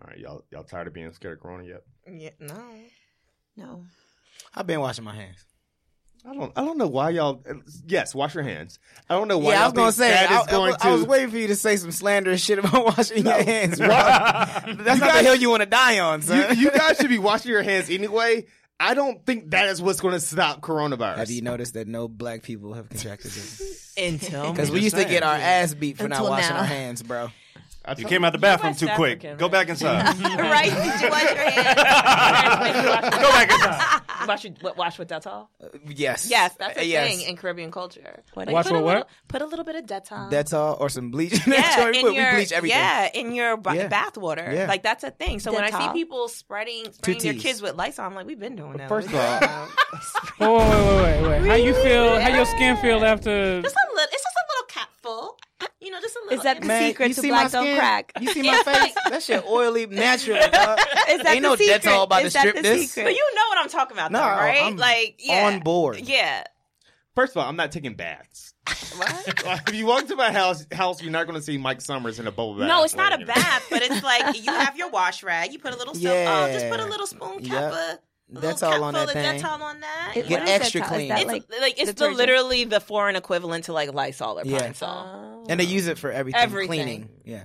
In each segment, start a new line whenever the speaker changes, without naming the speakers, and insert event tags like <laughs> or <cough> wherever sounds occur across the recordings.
All right, y'all y'all tired of being scared of corona yet?
Yeah, no.
No.
I've been washing my hands.
I don't I don't know why y'all yes, wash your hands. I don't know why
yeah, I
y'all
was gonna
think
say
that
I,
is going
I, I was
to-
waiting for you to say some slanderous shit about <laughs> washing your hands. Bro. That's not the
guys-
hill you want to die on,
you,
son. <laughs>
you guys should be washing your hands anyway. I don't think that is what's going to stop coronavirus.
Have you noticed that no black people have contracted this? <laughs>
<laughs>
Until
Because we used to get our ass beat for
Until
not washing
now.
our hands, bro.
You came out the bathroom too
West
quick.
African,
Go
right?
back inside.
<laughs> right? Did you wash your hands?
Go back inside.
<laughs> wash, your- what, wash with Dettol.
Uh, Yes.
Yes, that's a
Uh, yes.
thing in Caribbean culture. Like,
Wash
put
with
a
what?
Little, put a little bit of Dettol.
That's all, or some bleach. <laughs>
yeah,
Joey,
in
put- we
your,
bleach everything.
yeah, in your ba-
Yeah.
bath water.
Yeah.
Like that's a thing. So when I see
Dettol.
people spreading spraying their
T's.
kids with Lysol, I'm like, we've been doing that.
First
We've been
of
doing that.
<laughs> Whoa, whoa, whoa, wait, wait, wait. How you feel? How your skin feel <laughs> after?
just a little, it's just a little capful. You know, just a little.
Is that the
Man,
secret
you
to
see my
black don't
skin?
crack?
You see
<laughs>
<laughs>
my face? That shit oily, natural. dog.
Is that
Ain't no
the secret?
Dettol about to
Is that
strip
the
this.
secret?
But you know what I'm talking about,
No,
though, right?
I'm
like yeah.
on board.
Yeah.
First of all, I'm not taking baths.
What?
<laughs> Like, if you walk to my house, house, you're not going to see Mike Summers in a bubble bath.
No, it's not
wearing
a
anything.
bath, but it's like you have your wash rag. You put a little soap. Oh, just put a
Yeah.
little spoon
Yep.
cap. a- A
That's
little
all on
capful
that
of
thing.
Dettol on that.
It-
Get
what is that
extra
towel? Is
clean.
that
It's
like,
like, it's the,
detergent?
literally the foreign equivalent to like Lysol or Pine
Yeah.
Sol.
And they use it for everything.
Everything.
Cleaning. Yeah.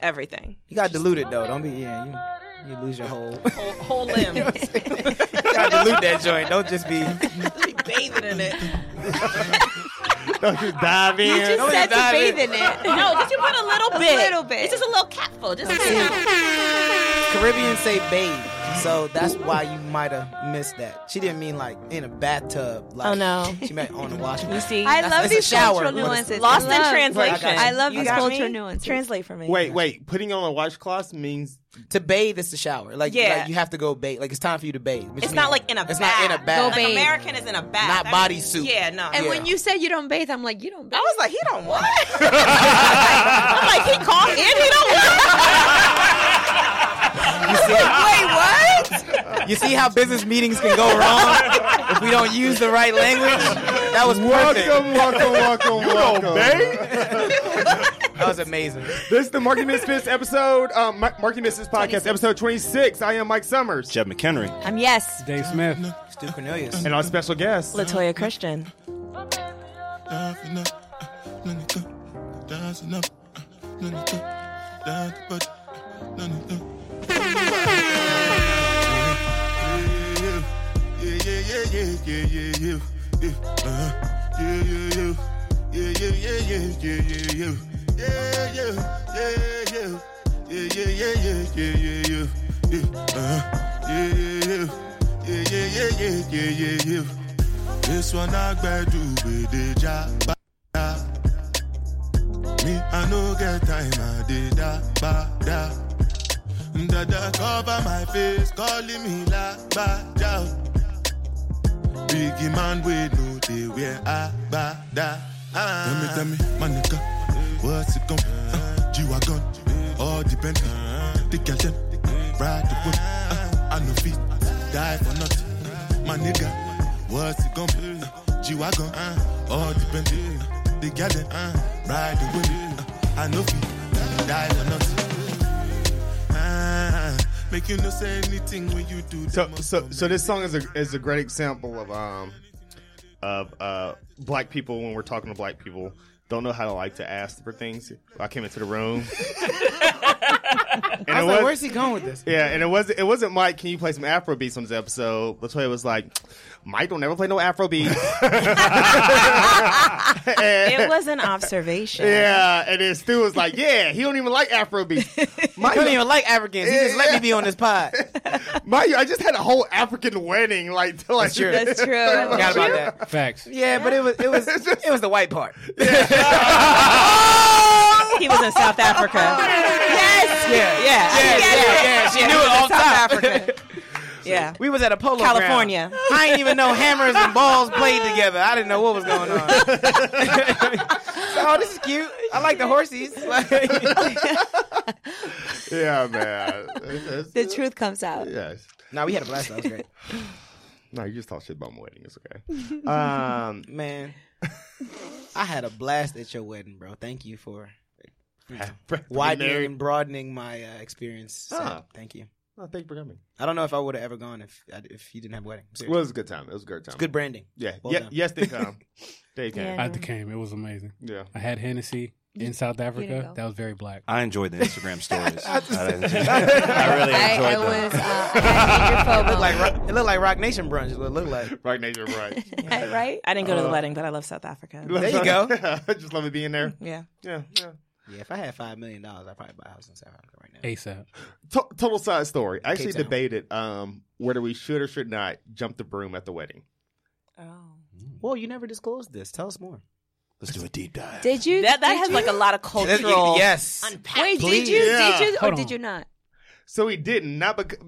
Everything.
You got to dilute it, though.
<laughs>
Don't be, yeah, you, you lose your whole.
Whole,
<laughs>
whole limb. <laughs>
you got to dilute that joint. Don't just be.
Just bathing in it.
<laughs> Don't
<laughs>
you dive in.
You
No,
said
it's not
to bathe
it.
in it.
No, just you put a little bit.
little bit.
It's just a little capful. <laughs> Just a little.
Caribbean say bathe. So that's why you might have missed that. She didn't mean like in a bathtub. Like,
Oh, no.
She meant on the washroom.
<laughs> You see?
I
That's-
love
it's a
these
shower,
cultural
but it's-
nuances.
Lost
I love-
in translation.
I
love
You
these
got
cultural
me?
nuances.
Translate for me.
Wait, wait. Putting on a washcloth means
To bathe is to shower. Like,
Yeah.
like, you have to go bathe. Like it's time for you to bathe. which
It's
means-
not like in a
It's
bath.
not in a bath.
Go
Like
bathe.
American is in a bath.
Not
That-
bodysuit.
Yeah, no.
And
Yeah.
when you said you don't bathe, I'm like, you don't bathe.
I was like, he don't what?
<laughs>
I'm like, he called in, he don't what? <laughs> Wait, what?
You
<laughs>
see how business meetings can go wrong if we don't use the right language? That was perfect.
welcome, welcome, welcome, you welcome.
That was amazing.
This is the Marking Misfits episode, um, Mi- Marking Misfits podcast, episode 26. I am Mike Summers.
Jeff McHenry.
I'm yes.
Dave Smith.
Stu Cornelius.
And our special guest.
Latoya Christian.
This one I gotta do with the job. Me, I no get time, I did da ba da. Da da cover my face, calling me la ba da. Biggie man, we know they wear a ba da. Ah. Tell me, tell me, my nigga, what's it gon' uh, G-Wagon, all the Bentley, the Kelton, ride the whip. Uh, I no fit, die for nothing. My nigga, what's it gon' be? Uh, G-Wagon, uh, all the Bentley, uh, the Kelton, uh, ride the whip. Uh, I no fit, die for nothing. Ah, make you no say anything when you do
So,
them up
so,
for
so
me.
this song is a is a great example of um of uh black people when we're talking to black people don't know how to like to ask for things. I came into the
<laughs>
room. and it
I was like,
was-
where's he going with this?
yeah, and it wasn't it wasn't Mike. Can you play some Afro beats on this episode? Latoya was like, Mike don't ever play no Afro
<laughs>
beats.
It was an observation.
yeah, and then Stu was like, Yeah, he don't even like Afro
<laughs>
beats.
He don't even like Africans. He just let me
<laughs>
be on this pod.
Mind you, I just had a whole African wedding. Like, to, like <laughs>
That's true.
That's true.
Forgot about that.
Facts.
Yeah, but it was it was <laughs> it was the white part.
He was in South Africa. yes.
Yeah,
Oh! Yeah. I
yeah,
get
yeah,
it.
yeah. She
Yeah,
knew
he
it
was in
all the
South
time.
Africa. Yeah.
We was at a polo ground.
California.
I didn't even know hammers and balls played together. I didn't know what was going <laughs> on. so, oh, this is cute. I like the horses.
Yeah, man. It's-
The
it's-
truth comes out.
Yes.
nah, we had a blast. That was
<laughs>
great,
No, you just talk shit about my wedding. It's
<laughs>
okay. Um, <laughs>
man. I had a blast at your wedding, bro. Thank you for widening
Married.
and broadening my uh, experience. So,
Ah.
Thank you.
Oh, thank you for coming.
I don't know if I would have ever gone if I- if you didn't have a wedding. Seriously.
Well, it was a good time. It was a great time.
Good branding.
Yeah.
Well
yeah.
done.
Yes,
<laughs>
they come. They came.
I came. It was amazing.
Yeah.
I had Hennessy in South Africa.
go.
That was very black.
I enjoyed the
<laughs>
Instagram stories. I,
<laughs>
<laughs> I really
I,
enjoyed
I
them.
was. Uh, I
<laughs>
had
<laughs>
It
major
looked like
FOMO.
Ro- it looked like Rock Nation brunch. Is what it looked like.
Right, nature,
<laughs>
right.
right?
I didn't go to
Uh,
the wedding, but I love South Africa.
There
<laughs>
you go.
Just love it being there.
Yeah.
Yeah. yeah.
Yeah, if I had five million dollars, I'd probably buy a house in South Africa right now.
ASAP.
To- total side story. I actually
Cape Town.
debated um, whether we should or should not jump the broom at the wedding.
Oh.
Well, you never disclosed this. Tell us more.
Let's do a deep dive.
Did you?
That that
did
has
you?
like a lot of cultural.
yes. Please.
Wait, did you?
Yeah.
Did you? Or
Hold
did
on.
you not?
So we didn't, not bec-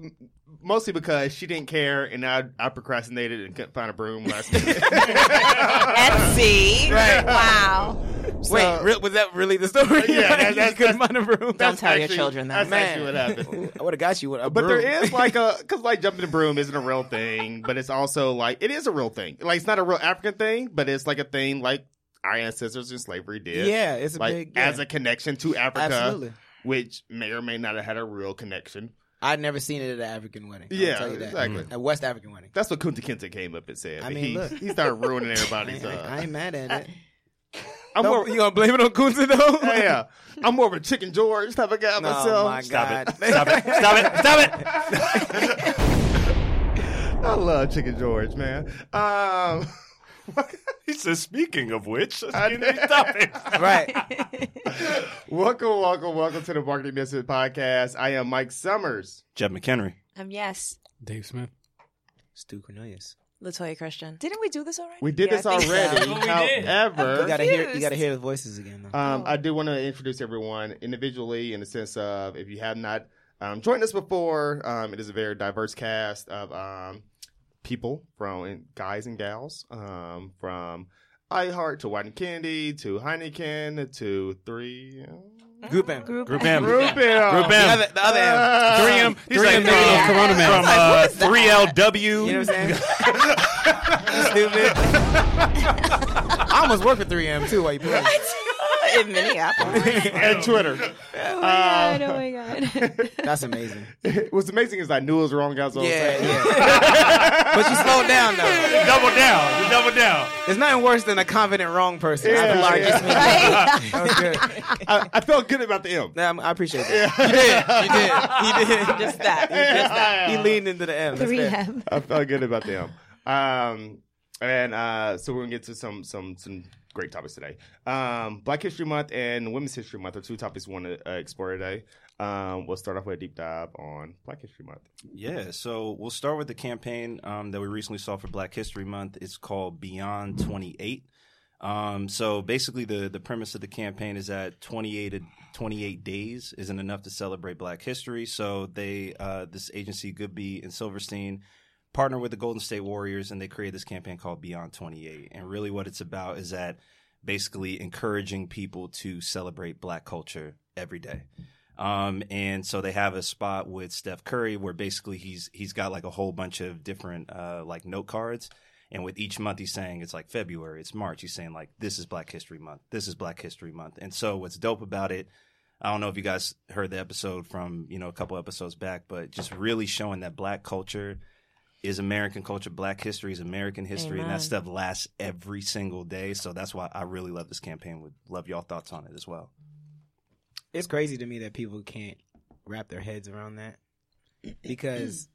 mostly because she didn't care, and I, I procrastinated and couldn't find a broom
<laughs>
last minute.
Etsy.
Right.
Wow.
Wait, re- was that really the story? <laughs>
Yeah, that- <laughs>
You
that's-
couldn't find a room.
Don't tell your
actually-
children that.
That's actually what
Man.
happened.
<laughs> I would have got you with a
But
broom.
there is
<laughs>
like <laughs> a because like jumping the broom isn't a real thing, but it's also like it is a real thing. Like it's not a real African thing, but it's like a thing like our ancestors in slavery did.
yeah, it's a
like
big yeah.
as a connection to Africa,
absolutely.
which may or may not have had a real connection.
I'd never seen it at an African wedding.
Yeah,
I'll tell you that.
exactly.
A West African wedding.
That's what Kunta Kinte came up and said.
I
But
mean,
he,
look.
he started ruining
<laughs> I,
everybody's.
I- I
Uh,
ain't mad at it.
I'm
Don't-
more,
you gonna blame it on Kunta
<laughs>
though?
yeah, yeah. I'm more of a chicken George type of guy
No,
myself.
my
Stop
God.
it. Stop it. Stop it. Stop it.
I love chicken <laughs> George, man.
<laughs>
Um,
He says, speaking of which, <laughs> let's get into
<laughs>
the topic.
right.
welcome, welcome, welcome to the Marketing Misfit Podcast. I am Mike Summers.
Jeb McHenry.
Um, yes.
Dave Smith.
Stu Cornelius.
Latoya Christian. Didn't we do this already?
We did
Yeah,
this
I
<laughs>
think
already.
so.
did.
However,
You gotta hear. You
Confused.
gotta hear the voices again. Though.
Oh.
Um, I do want to introduce everyone individually in the sense of if you have not um, joined us before, um, it is a very diverse cast of um, people from and guys and gals um, from iHeart to Wine and Candy to Heineken to Three uh,
Group M.
Group M.
Group M.
Group
The
M.
other, the other M.
3M. 3M.
Yeah.
From,
Corona
from
Man.
uh, 3LW.
You know what I'm saying?
<laughs>
Stupid. I almost worked for 3M too while you played.
<laughs>
in
<laughs>
<laughs>
Minneapolis.
and Twitter.
Oh
Uh,
my god! Oh my god!
That's amazing.
<laughs> What's amazing is I knew it was wrong. Guys, what I was
Yeah,
saying. <laughs>
yeah. but you slowed down though.
Double down. Double down.
It's nothing worse than a confident wrong person.
Yeah,
I feel like
yeah.
it's me. <laughs>
right?
That was good.
I, I felt good about the M.
Nah, I'm- I appreciate that. You
<laughs>
did. You did. You did.
Just that.
He leaned into the M. That's
Three
fair.
M.
I felt good about them. Um, and uh, so we're gonna get to some some some great topics today. Um, Black History Month and Women's History Month are two topics we want to uh, explore today. Um, we'll start off with a deep dive on Black History Month.
Yeah, so we'll start with the campaign um, that we recently saw for Black History Month. It's called Beyond 28. Um, so basically, the, the premise of the campaign is that 28 ad- 28 days isn't enough to celebrate Black history. So they uh, this agency Goodby and Silverstein partner with the Golden State Warriors, and they create this campaign called Beyond 28. And really, what it's about is that basically encouraging people to celebrate Black culture every day. Um, and so they have a spot with Steph Curry where basically he's he's got like a whole bunch of different uh, like note cards, and with each month he's saying it's like February, it's March. He's saying like this is Black History Month, this is Black History Month. And so what's dope about it, I don't know if you guys heard the episode from you know a couple episodes back, but just really showing that Black culture is American culture, Black history is American history, and
Amen.
that stuff lasts every single day. So that's why I really love this campaign. Would love y'all thoughts on it as well.
It's crazy to me that people can't wrap their heads around that because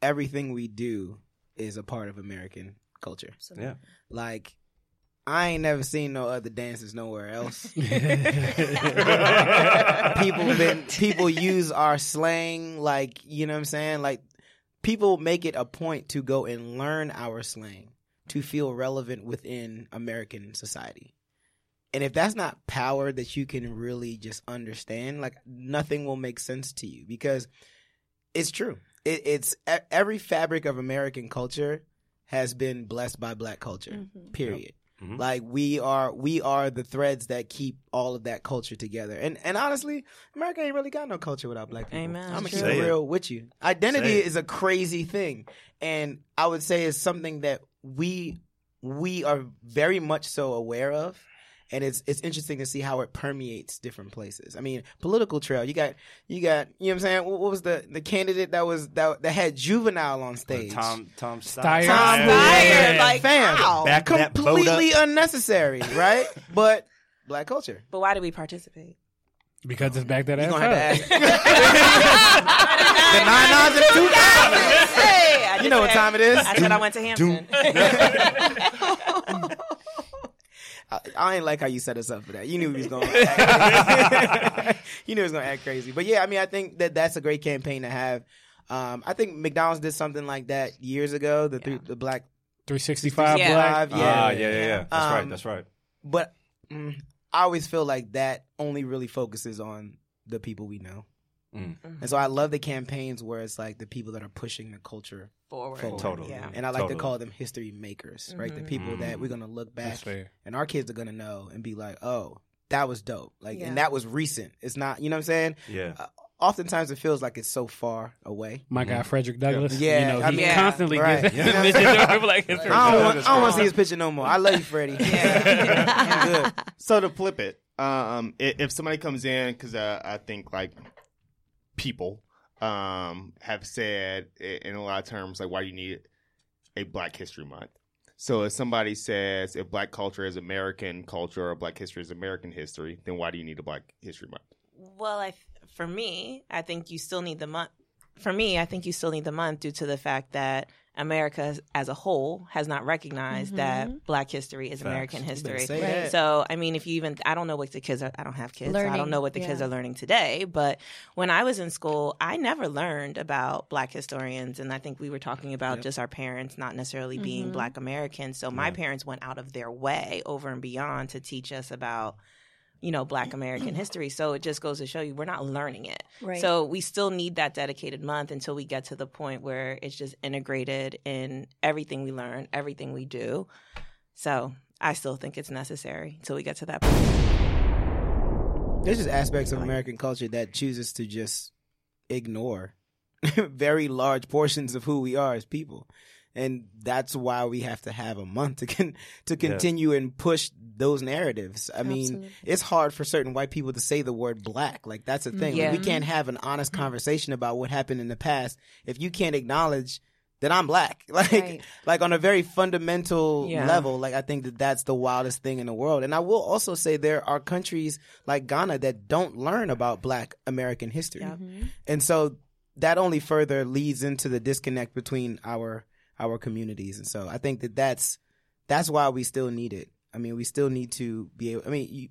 everything we do is a part of American culture.
Yeah.
Like, I ain't never seen no other dances
<laughs>
nowhere else. <laughs> people been people use our slang like you know what i'm saying like people make it a point to go and learn our slang to feel relevant within american society and if that's not power that you can really just understand like nothing will make sense to you because it's true it, it's e- every fabric of american culture has been blessed by black culture period
Yep. Mhm.
like we are we are the threads that keep all of that culture together and and honestly america ain't really got no culture without black people
Amen.
i'm gonna
It's
keep
true.
it
Say it.
real with you identity
Say it.
is a crazy thing and i would say it's something that we we are very much so aware of and it's it's interesting to see how it permeates different places. I mean, political trail. You got you got you know what I'm saying. What, what was the the candidate that was that that had juvenile on stage?
Tom Tom
Steyer.
Steyer.
Tom
Yeah.
Steyer,
Yeah.
like fam,
Back that boat up.
completely unnecessary,
<laughs>
right? but black culture.
But why do we participate?
Because it's back that
You
ass
gonna have
up.
to ask the nine nines and two nines.
Hey, I
You know what
just
time
said-
it is.
I said I went to Hampton.
<laughs> I, I ain't like how you set us up for that. You knew he was going. to act crazy. <laughs> you knew he was going to act crazy. But yeah, I mean, I think that that's a great campaign to have. Um, I think McDonald's did something like that years ago. The three, the black
365
Yeah.
black.
five,
Ah, yeah, yeah, yeah. That's
Um,
right. That's right.
But mm, I always feel like that only really focuses on the people we know.
Mm.
Mm-hmm.
And so I love the campaigns where it's like the people that are pushing the culture
Forward.
forward.
Totally.
Yeah.
And I like
Totally.
to call them history makers, right? The
Mhm.
people that
Mm.
we're going to look
That's
back
fair.
and our kids are going to know and be like, oh, that was dope. Like,
Yeah.
and that was recent. It's not, you know what I'm saying? Uh,
Yeah.
Oftentimes it feels like it's so far away.
My
Mm.
guy Frederick Douglass.
Yeah,
you know, he
I
mean- Yeah.
constantly
Right. <laughs>
gives <laughs>
You
yeah.
know what I'm saying?
people like it's
I don't,
Yeah,
want,
that's
I don't want
crazy.
to see his picture no more. I love you,
<laughs>
Freddie.
Yeah.
You good.
so to flip it, um, i- if somebody comes in, because uh, I think like people um have said i- in a lot of terms like why you need a Black History Month. So if somebody says if Black culture is American culture or Black history is American history, then why do you need a Black History Month?
Well, I, for me, I think you still need the month. For me, I think you still need the month due to the fact that America as a whole has not recognized
Mm-hmm.
that Black history is American
You
better
history.
say that.
So, I mean, if you even, I don't know what the kids are, I don't have kids. so I
Learning,
don't know what the kids
yeah.
are learning today. But when I was in school, I never learned about Black historians. And I think we were talking about just our parents not necessarily
Mm-hmm.
being Black Americans. So my parents went out of their way over and beyond to teach us about you know, black American history. So it just goes to show you we're not learning it.
Right.
So we still need that dedicated month until we get to the point where it's just integrated in everything we learn, everything we do. So I still think it's necessary until we get to that point.
There's just aspects of American culture that chooses to just ignore <laughs> very large portions of who we are as people. And that's why we have to have a month to con- to continue and push those narratives. I mean,
Absolutely.
it's hard for certain white people to say the word black. Like that's the thing. Like,
Yeah.
we can't have an honest
Mm-hmm.
conversation about what happened in the past if you can't acknowledge that I'm black. <laughs> Like
Right.
like on a very fundamental
Yeah.
level. Like I think that that's the wildest thing in the world. And I will also say there are countries like Ghana that don't learn about Black American history, and so that only further leads into the disconnect between our our communities. And so I think that that's that's why we still need it. I mean, we still need to be able. I mean, you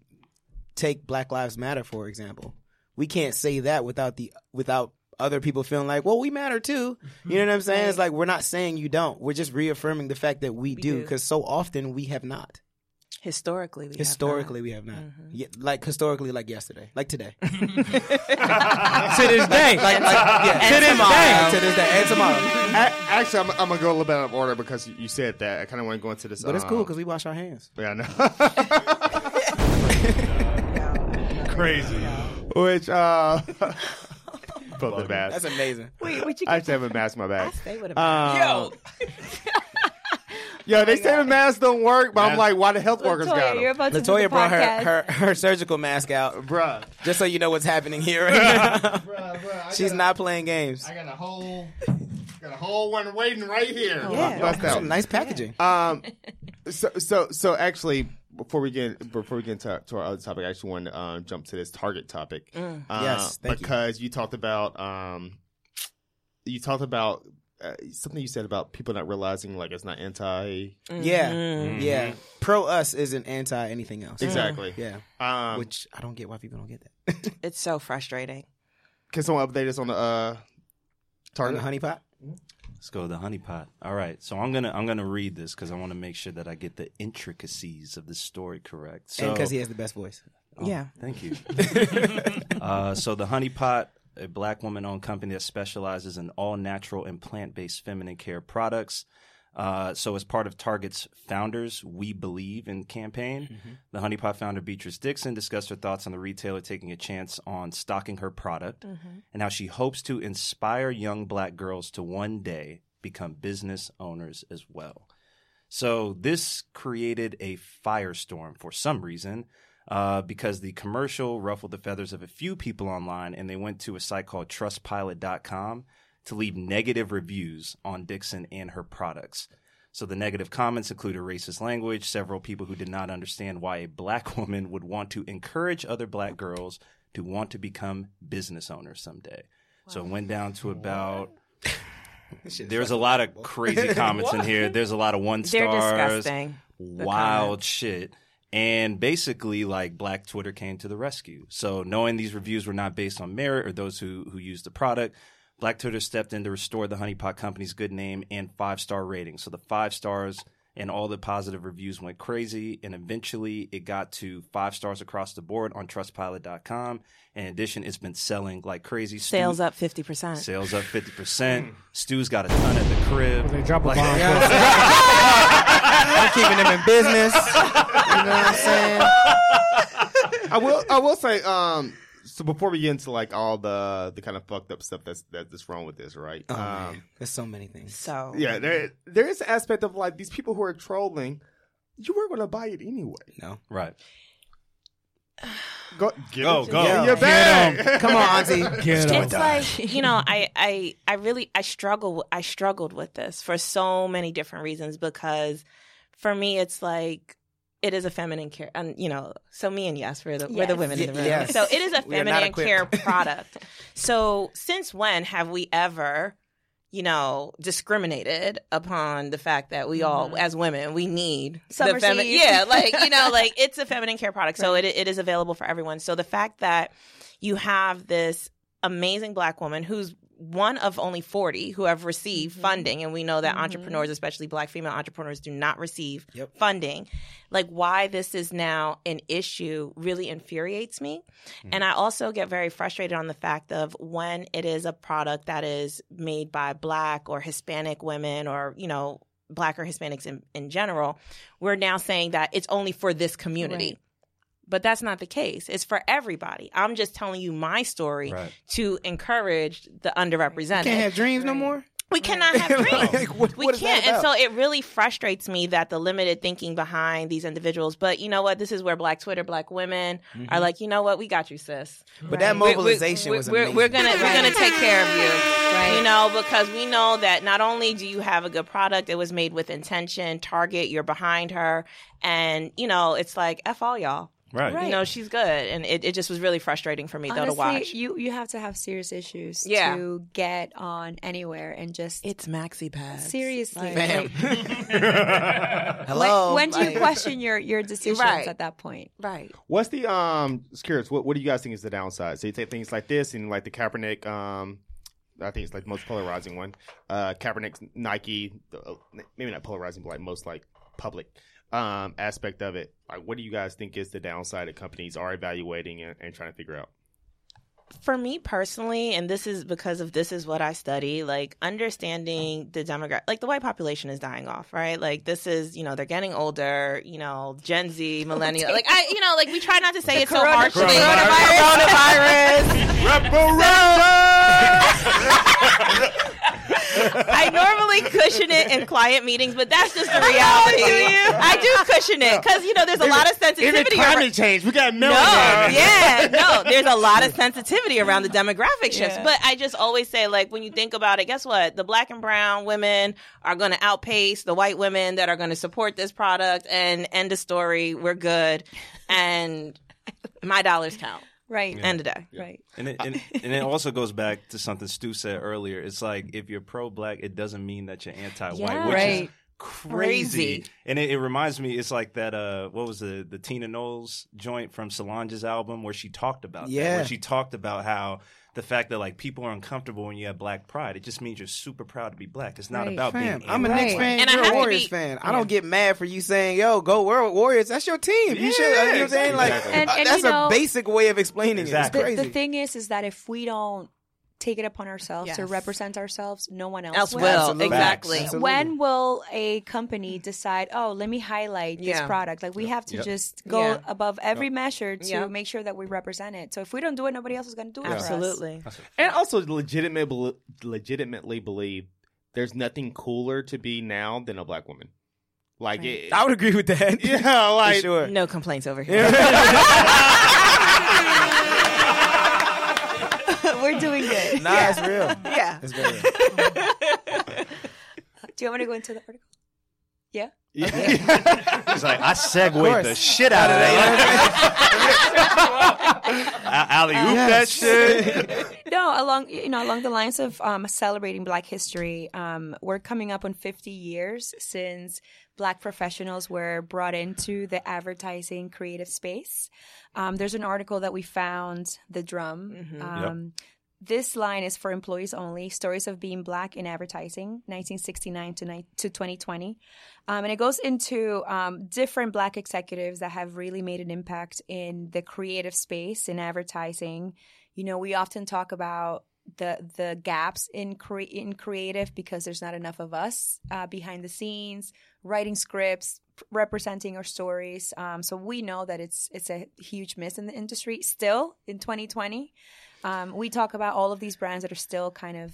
take Black Lives Matter for example. We can't say that without the without other people feeling like, well, we matter too.
Mm-hmm.
You know what I'm saying? It's like we're not saying you don't. We're just reaffirming the fact that we, do
do.
because so often we have not.
Historically, we have
historically, we have not.
Mm-hmm.
Ye- like historically, like yesterday, like today, to
to this day.
like, yeah,
And tomorrow.
to this day, and tomorrow.
A- actually, I'm, I'm gonna go a little bit out of order because you- you said that. I kind of want to go into this,
But it's
um,
cool because we wash our hands.
yeah, I know.
<laughs>
not.
crazy. Which uh, felt the bad.
That's amazing.
Wait, what you
I actually have a mask in my bag.
They would have
Um, <laughs> yo, they say the masks don't work, but I'm
Mask-
like, why the health workers got
<laughs> Oh Latoya, you're
them?
about to do the
Latoya brought
podcast.
her, her her surgical mask out,
<laughs> Bruh,
just so you know what's
<laughs>
happening here. Right now.
bruh, bruh. I
She's
got a-
not playing games.
I got a whole, got a whole one waiting right here.
Oh,
Yeah.
Bust out.
Nice packaging.
Um, so so so actually, before we get before we get into to our other topic, I actually want to um, jump to this target topic. Uh,
Mm. Yes, thank you.
because you. talked about um, you talked about uh, something you said about people not realizing like it's not anti.
Yeah,
Mm-hmm.
Mhm.
yeah. Pro us isn't anti anything else.
Exactly.
Yeah,
Um,
which I don't get why people don't get that.
It's so frustrating.
can someone update us on the uh,
On
target?
the honey pot.
Let's go to the honeypot. All right, so I'm gonna I'm gonna read this because I want to make sure that I get the intricacies of the story correct. So,
And because he has the best voice. Oh,
Yeah.
Oh,
<laughs>
<laughs>
Thank you. uh, so the Honeypot, a black woman-owned company that specializes in all natural and plant-based feminine care products. Uh, so as part of Target's Founders We Believe in campaign,
Mm-hmm.
Mm-hmm.
the Honeypot founder Beatrice Dixon discussed her thoughts on the retailer taking a chance on stocking her product
Mm-hmm.
and how she hopes to inspire young black girls to one day become business owners as well. So this created a firestorm for some reason uh, because the commercial ruffled the feathers of a few people online and they went to a site called trustpilot.com to leave negative reviews on Dixon and her products. So the negative comments included racist language, several people who did not understand why a black <laughs> woman would want to encourage other black girls to want to become business owners someday. So it went down to about
<laughs>
there's a lot of crazy comments in here. There's a lot of one
They're
stars.
disgusting. the
Wild
comments.
shit. And basically, like Black Twitter came to the rescue. So knowing these reviews were not based on merit or those who who used the product, Black Twitter stepped in to restore the honeypot company's good name and five star rating. So the five stars and all the positive reviews went crazy, and eventually it got to five stars across the board on Trustpilot.com. In addition, it's been selling like crazy. Stu-
Sales up 50%.
Sales up 50%. Stu's got a ton at the crib.
They drop a bomb.
<laughs>
<laughs>
I'm keeping them in business. You know what I'm
<laughs>
saying?
I will. I will say. Um. So before we get into like all the the kind of fucked up stuff that's that's wrong with this, right?
Oh,
um.
man. There's so many things.
So
Yeah. There there is an aspect of like these people who are trolling. You weren't going to buy it anyway.
No.
Right.
Go get
Go,
it
go.
in your
Get
bag.
Come on, <laughs> Auntie.
Get
Still
him.
it's like you know I, I i really i struggle i struggled with this for so many different reasons because for me it's like it is a feminine care and you know so me and yes we're the, we're the
Yes.
women in the
Y-
room
yes.
so it is a
We are not
feminine care
equipped. <laughs>
product so since when have we ever you know discriminated upon the fact that we all as women we need
Mm-hmm. Summer
the feminine
seed.
yeah like you know like it's a feminine care product so it, it is available for everyone so the fact that you have this amazing black woman who's one of only 40 who have received funding and we know that entrepreneurs especially black female entrepreneurs do not receive
Yep.
funding like why this is now an issue really infuriates me and i also get very frustrated on the fact of when it is a product that is made by black or hispanic women or you know black or hispanics in, in general we're now saying that it's only for this community
Right.
but that's not the case it's for everybody i'm just telling you my story
Right.
to encourage the underrepresented
Can't have dreams no more.
we cannot have dreams
Like, what-
we
what is that
can't. And
about?
so it really frustrates me that the limited thinking behind these individuals. But you know what? This is where Black Twitter, Black women are like, you know what? We got you, sis.
Mm-hmm. But that
We- we-
mobilization
we-
was
we're,
amazing.
we're gonna we're gonna take care of you.
Right.
You know, because we know that not only do you have a good product, it was made with intention. Target, you're behind her, and you know, it's like f all y'all.
Right.
You know, she's good, and it, it just was really frustrating for me though to watch.
you you have to have serious issues
Yeah.
to get on anywhere and just
it's maxi pads.
seriously.
Fam.
<laughs>
like, when,
<laughs> Hello.
when do you
like-
question your your decisions
Right.
at that point?
right?
What's the um? Just curious. What What do you guys think is the downside? So you take things like this and like the Kaepernick. Um, I think it's like the most polarizing one. Uh, Kaepernick's Nike. uh, Maybe not polarizing, but like most like public um aspect of it. Like, what do you guys think is the downside that companies are evaluating and, and trying to figure out?
for me personally, and this is because of this is what I study, like understanding the demographic, like the white population is dying off, right? Like this is, you know, they're getting older, you know, Gen <laughs> Z, millennial. Like I, you know, like we try not to say it so harshly. Coronavirus. <laughs> I normally cushion it in client meetings, but that's <laughs> just the reality. I do cushion it because you know there's a lot of sensitivity. around-
change. We got
no, yeah, no. There's a lot of sensitivity around the demographic shifts, but I just always say, like, when you think about it, guess what? The black and brown women are going to outpace the white women that are going to support this product, and end of story.
<laughs>
We're good, and my dollars count.
Right.
End of day.
Right.
And it, and, and it also goes back to something Stu said earlier. It's like if you're pro black, it doesn't mean that you're anti white,
Yeah.
which is
Right.
crazy.
Crazy.
And it, it reminds me, it's like that uh what was the the Tina Knowles joint from Solange's album where she talked about that.
Yeah.
Where she talked about how the fact that like people are uncomfortable when you have black pride, it just means you're super proud to be black. It's not
Right.
about
Fam,
being
I'm a
anti-black.
Knicks fan.
And I
you're
have
a
to
Warriors
be-
fan. I don't get mad for you saying, "Yo, go World Warriors." That's your team. You should. You know what I'm saying? Like
Exactly.
And-
uh,
and
that's
you know-
a basic way of explaining
Exactly.
it.
The,
It's
the
crazy.
thing is, is that if we don't take it upon ourselves to
Yes.
represent ourselves, no one else,
Else
will.
will
Absolutely.
exactly.
Facts.
When will a company decide? Oh, let me highlight this
Yeah.
product. Like we have to
Yep.
just go
Yeah.
above every measure to
Yep.
make sure that we represent it. So if we don't do it, nobody else is going to do it. for us.
Absolutely.
And also legitimately, legitimately believe there's nothing cooler to be now than a black woman. Like it,
I would agree with
<laughs>
that. <laughs>
yeah,
for
like
sure.
No <laughs> complaints
<laughs>
over here. <laughs>
nah,
<laughs> We're doing good.
it's real.
yeah.
It's very real.
<laughs> Do you want me to go into the article? Yeah.
<laughs> He's like, I segued
course.
the shit out of that. Alley oop that shit.
<laughs>
No, along you know along the lines of um, celebrating Black history, um, we're coming up on 50 years since Black professionals were brought into the advertising creative space. Um, there's an article that we found, The Drum.
Mm-hmm.
Um, This line is for employees only. Stories of being black in advertising, 1969 to, ni- to 2020, um, and it goes into um, different black executives that have really made an impact in the creative space in advertising you know we often talk about the the gaps in cre- in creative because there's not enough of us uh, behind the scenes writing scripts p- representing our stories um, so we know that it's it's a huge miss in the industry still in 2020 um, we talk about all of these brands that are still kind of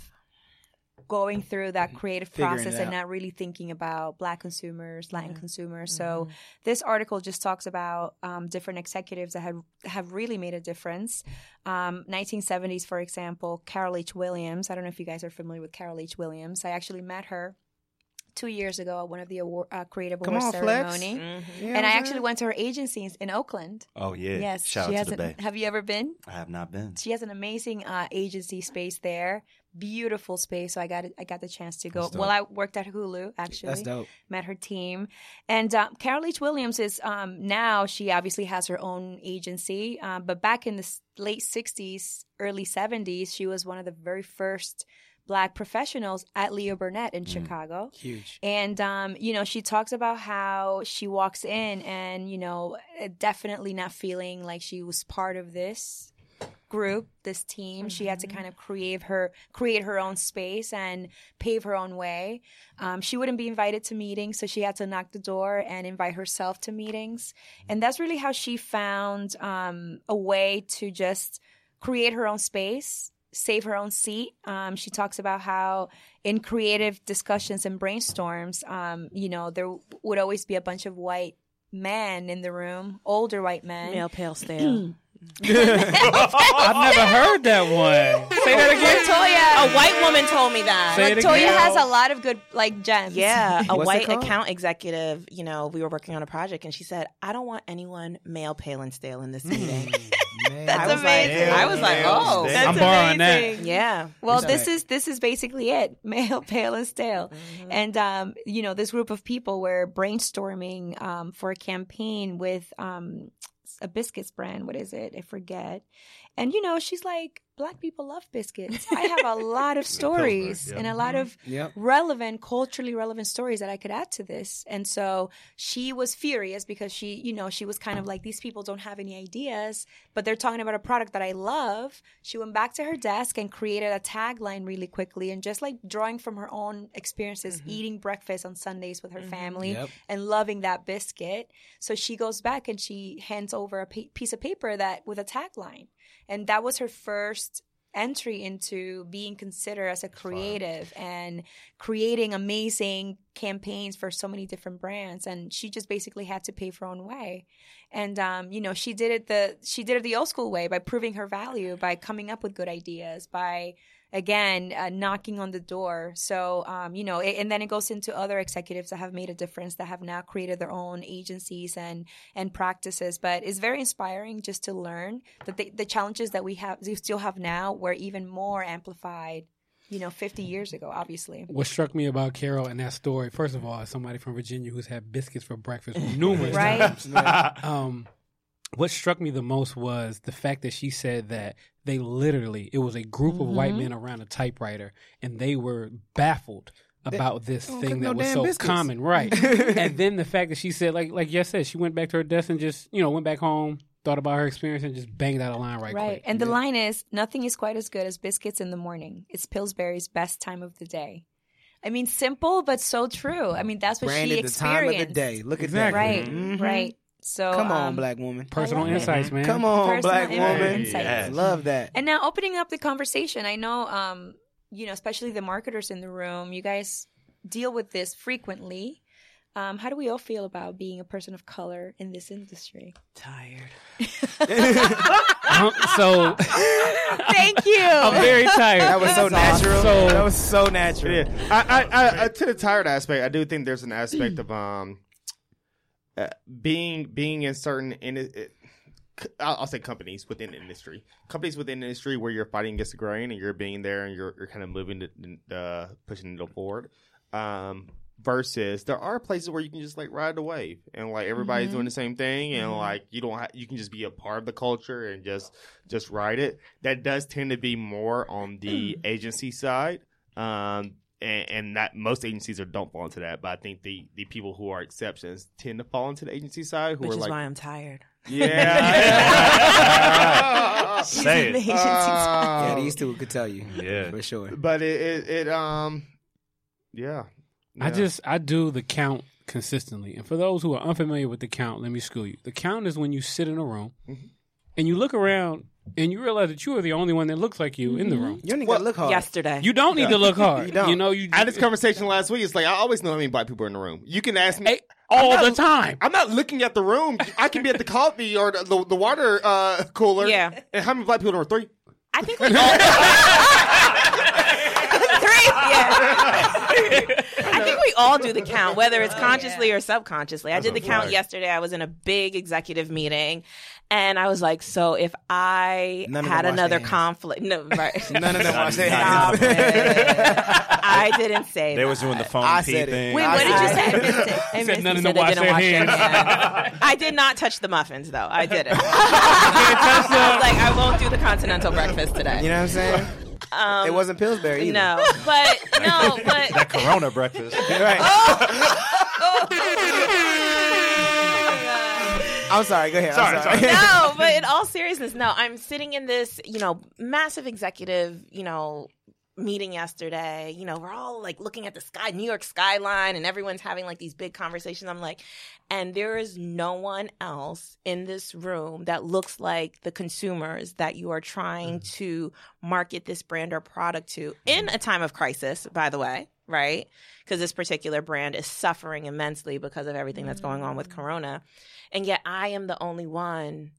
going through that creative
Mm-hmm. Figuring it
process and
out.
not really thinking about black consumers latin consumers
Mm-hmm.
so this article just talks about um, different executives that have have really made a difference um, 1970s, for example, Carol H. Williams. I don't know if you guys are familiar with Carol H. Williams. I actually met her two years ago at one of the award, uh, Creative
Come
Awards
on, Flex.
ceremony.
You know
And
what
I
I'm
actually went to her agency in Oakland.
Oh yeah.
yes,
Shout
she
out
has
to the Bay.
an, Have you ever been?
I have not
Mm.
been.
She has an amazing uh, agency space there. Beautiful space. So I got I got the chance to go.
That's dope.
Well, I worked at Hulu actually
saying? That's dope.
met her team. And uh, Carol H. Williams is um, now, she obviously has her own agency, um, but back in the s- late 60s, early 70s, she was one of the very first black professionals at Leo Burnett in Chicago.
Mm. Huge.
And, um, you know, she talks about how she walks in and, you know, definitely not feeling like she was part of this group, this team. She had to
Mm-hmm.
kind of create her create her own space and pave her own way. Um, she wouldn't be invited to meetings, so she had to knock the door and invite herself to meetings. And that's really how she found um, a way to just create her own space. Save her own seat. Um, she talks about how in creative discussions and brainstorms, um, you know, there would always be a bunch of white men in the room, older white men.
Male pale stale.
<laughs> I've never heard that
<laughs>
one. Say that again.
Latoya,
A white woman told me that.
Say it
Latoya
again.
has a lot of good like gems.
Yeah, a
What's it
white
called?
account executive. You know, we were working on a project, and she said, "I don't want anyone male, pale, and stale in this <laughs> meeting."
Man.
That's
I was like,
amazing. Mm. I was like,
Male,
"Oh,
stale.
that's-
I'm borrowing that.
yeah."
Well,
Respect.
this is this is basically it. <laughs> Male, pale, and stale.
Mm-hmm.
And um, you know, this group of people were brainstorming um, for a campaign with um, a biscuits brand. What is it? I forget. And you know, she's like, "Black people love biscuits. I have a lot of stories
yeah.
and a lot of
Mm-hmm.
Yep.
relevant, culturally relevant stories that I could add to this. And so she was furious because she, you know, she was kind of like, these people don't have any ideas, but they're talking about a product that I love. She went back to her desk and created a tagline really quickly and just like drawing from her own experiences, eating breakfast on Sundays with her family
Yep.
and loving that biscuit. So she goes back and she hands over a pa- piece of paper that with a tagline. And that was her first entry into being considered as a creative and creating amazing campaigns for so many different brands and she just basically had to pave her own way and um, you know she did it the she did it the old school way by proving her value by coming up with good ideas by again uh, knocking on the door so um, you know it, and then it goes into other executives that have made a difference that have now created their own agencies and and practices but it's very inspiring just to learn that the, the challenges that we have we still have now were even more amplified you know 50 years ago obviously
What struck me about Carol and that story, first of all, is somebody from Virginia who's had biscuits for breakfast
<laughs>
numerous
Right.
times. <laughs> Um, what struck me the most was the fact that she said that they literally, it was a group of
Mm-hmm.
white men around a typewriter, and they were baffled about this
don't cook
thing
no
that was
damn
so
biscuits.
common,
<laughs>
right? and then the fact that she said, like, like yes, said she went back to her desk and just, you know, went back home, thought about her experience, and just banged out a line <laughs> right,
Right.
quick.
And the line is nothing is quite as good as biscuits in the morning. It's Pillsbury's best time of the day. I mean, simple, but so true. I mean, that's what she
Branded the time
experienced.
of the day. Look at
Exactly.
that.
Right.
Mhm.
Right.
Mm-hmm.
So,
Come on,
um,
black woman.
Personal
I love it.
insights, man.
Come on,
Personal
black
insights.
woman.
Yes.
<laughs>
Love that.
And now opening up the conversation, I know, um, you know, especially the marketers in the room, you guys deal with this frequently. Um, how do we all feel about being a person of color in this industry?
Tired.
Um, so
Thank you.
I'm very tired.
That was so natural.
So-
that was so natural.
Yeah, I, I, I, I, to the tired aspect, I do think there's an aspect of um, uh, being being in certain in it, c- I'll, I'll say companies within the industry, companies within the industry where you're fighting against the grain and you're being there and you're you're kind of moving the, the uh, pushing it forward. Um, versus there are places where you can just like ride the wave and like everybody's doing the same thing
Mm-hmm.
and like you don't ha- you can just be a part of the culture and just just ride it. That does tend to be more on
Mm.
the agency side um, and, and that most agencies are don't fall into that. But I think the the people who are exceptions tend to fall into the agency side, who
Which
are
is
like,
why I'm tired. <laughs>
yeah.
Say
<laughs>
She's in the
it.
agency side.
Yeah, these two could tell you.
Yeah.
for sure.
but it, it it um yeah.
I
Yeah.
just I do the count consistently. And for those who are unfamiliar with the count, let me school you. The count is when you sit in a room
Mm-hmm.
and you look around and you realize that you are the only one that looks like you in
Mm-hmm.
the room.
You don't even gotta look hard.
Mm-hmm. Yesterday.
You don't need to look
<laughs>
hard.
You don't.
know you
I had this conversation last week. It's like I always know how many black people are in the room. You can ask me.
Hey, all
I'm
the
not-
time.
I'm not looking at the room. I can be
<laughs>
at the coffee or the, the, the water uh, cooler.
Yeah.
And how many black people are in the room? Three.
I think we all. Three. <laughs> Yeah. Oh, I think we all do the count, whether it's consciously or subconsciously. I did the count yesterday. I was in a big executive meeting, and I was like, "So if I
None of them
had
washed
another
their hands.
conflict, no, <laughs> right?
None of them watch their
Stop
hands.
it. I didn't say
They
that.
was doing the phone
I
pee
said it.
thing.
Wait,
what did you
I-
say? I missed it. I
said
missed
none
it.
of
They
them wash
didn't
their
wash their
hands.
hands. I did not touch the muffins, though. I <laughs> didn't.
touch
I was
them.
like, I won't do the continental breakfast today. Um,
You know what I'm saying? it wasn't Pillsbury either.
No, but
<laughs>
no,
<laughs> that
but
Corona breakfast. <laughs> Oh.
Right. I'm sorry. Go
<laughs>
ahead. I'm <laughs> sorry.
Oh!
<laughs>
no, but in all seriousness, no. I'm sitting in this, you know, massive executive, you know, meeting yesterday. You know, we're all like looking at the sky, New York skyline, and everyone's having like these big conversations. I'm like, and there is no one else in this room that looks like the consumers that you are trying to market this brand or product to in a time of crisis, by the way, right? Because this particular brand is suffering immensely because of everything that's going on with Corona. And yet I am the only one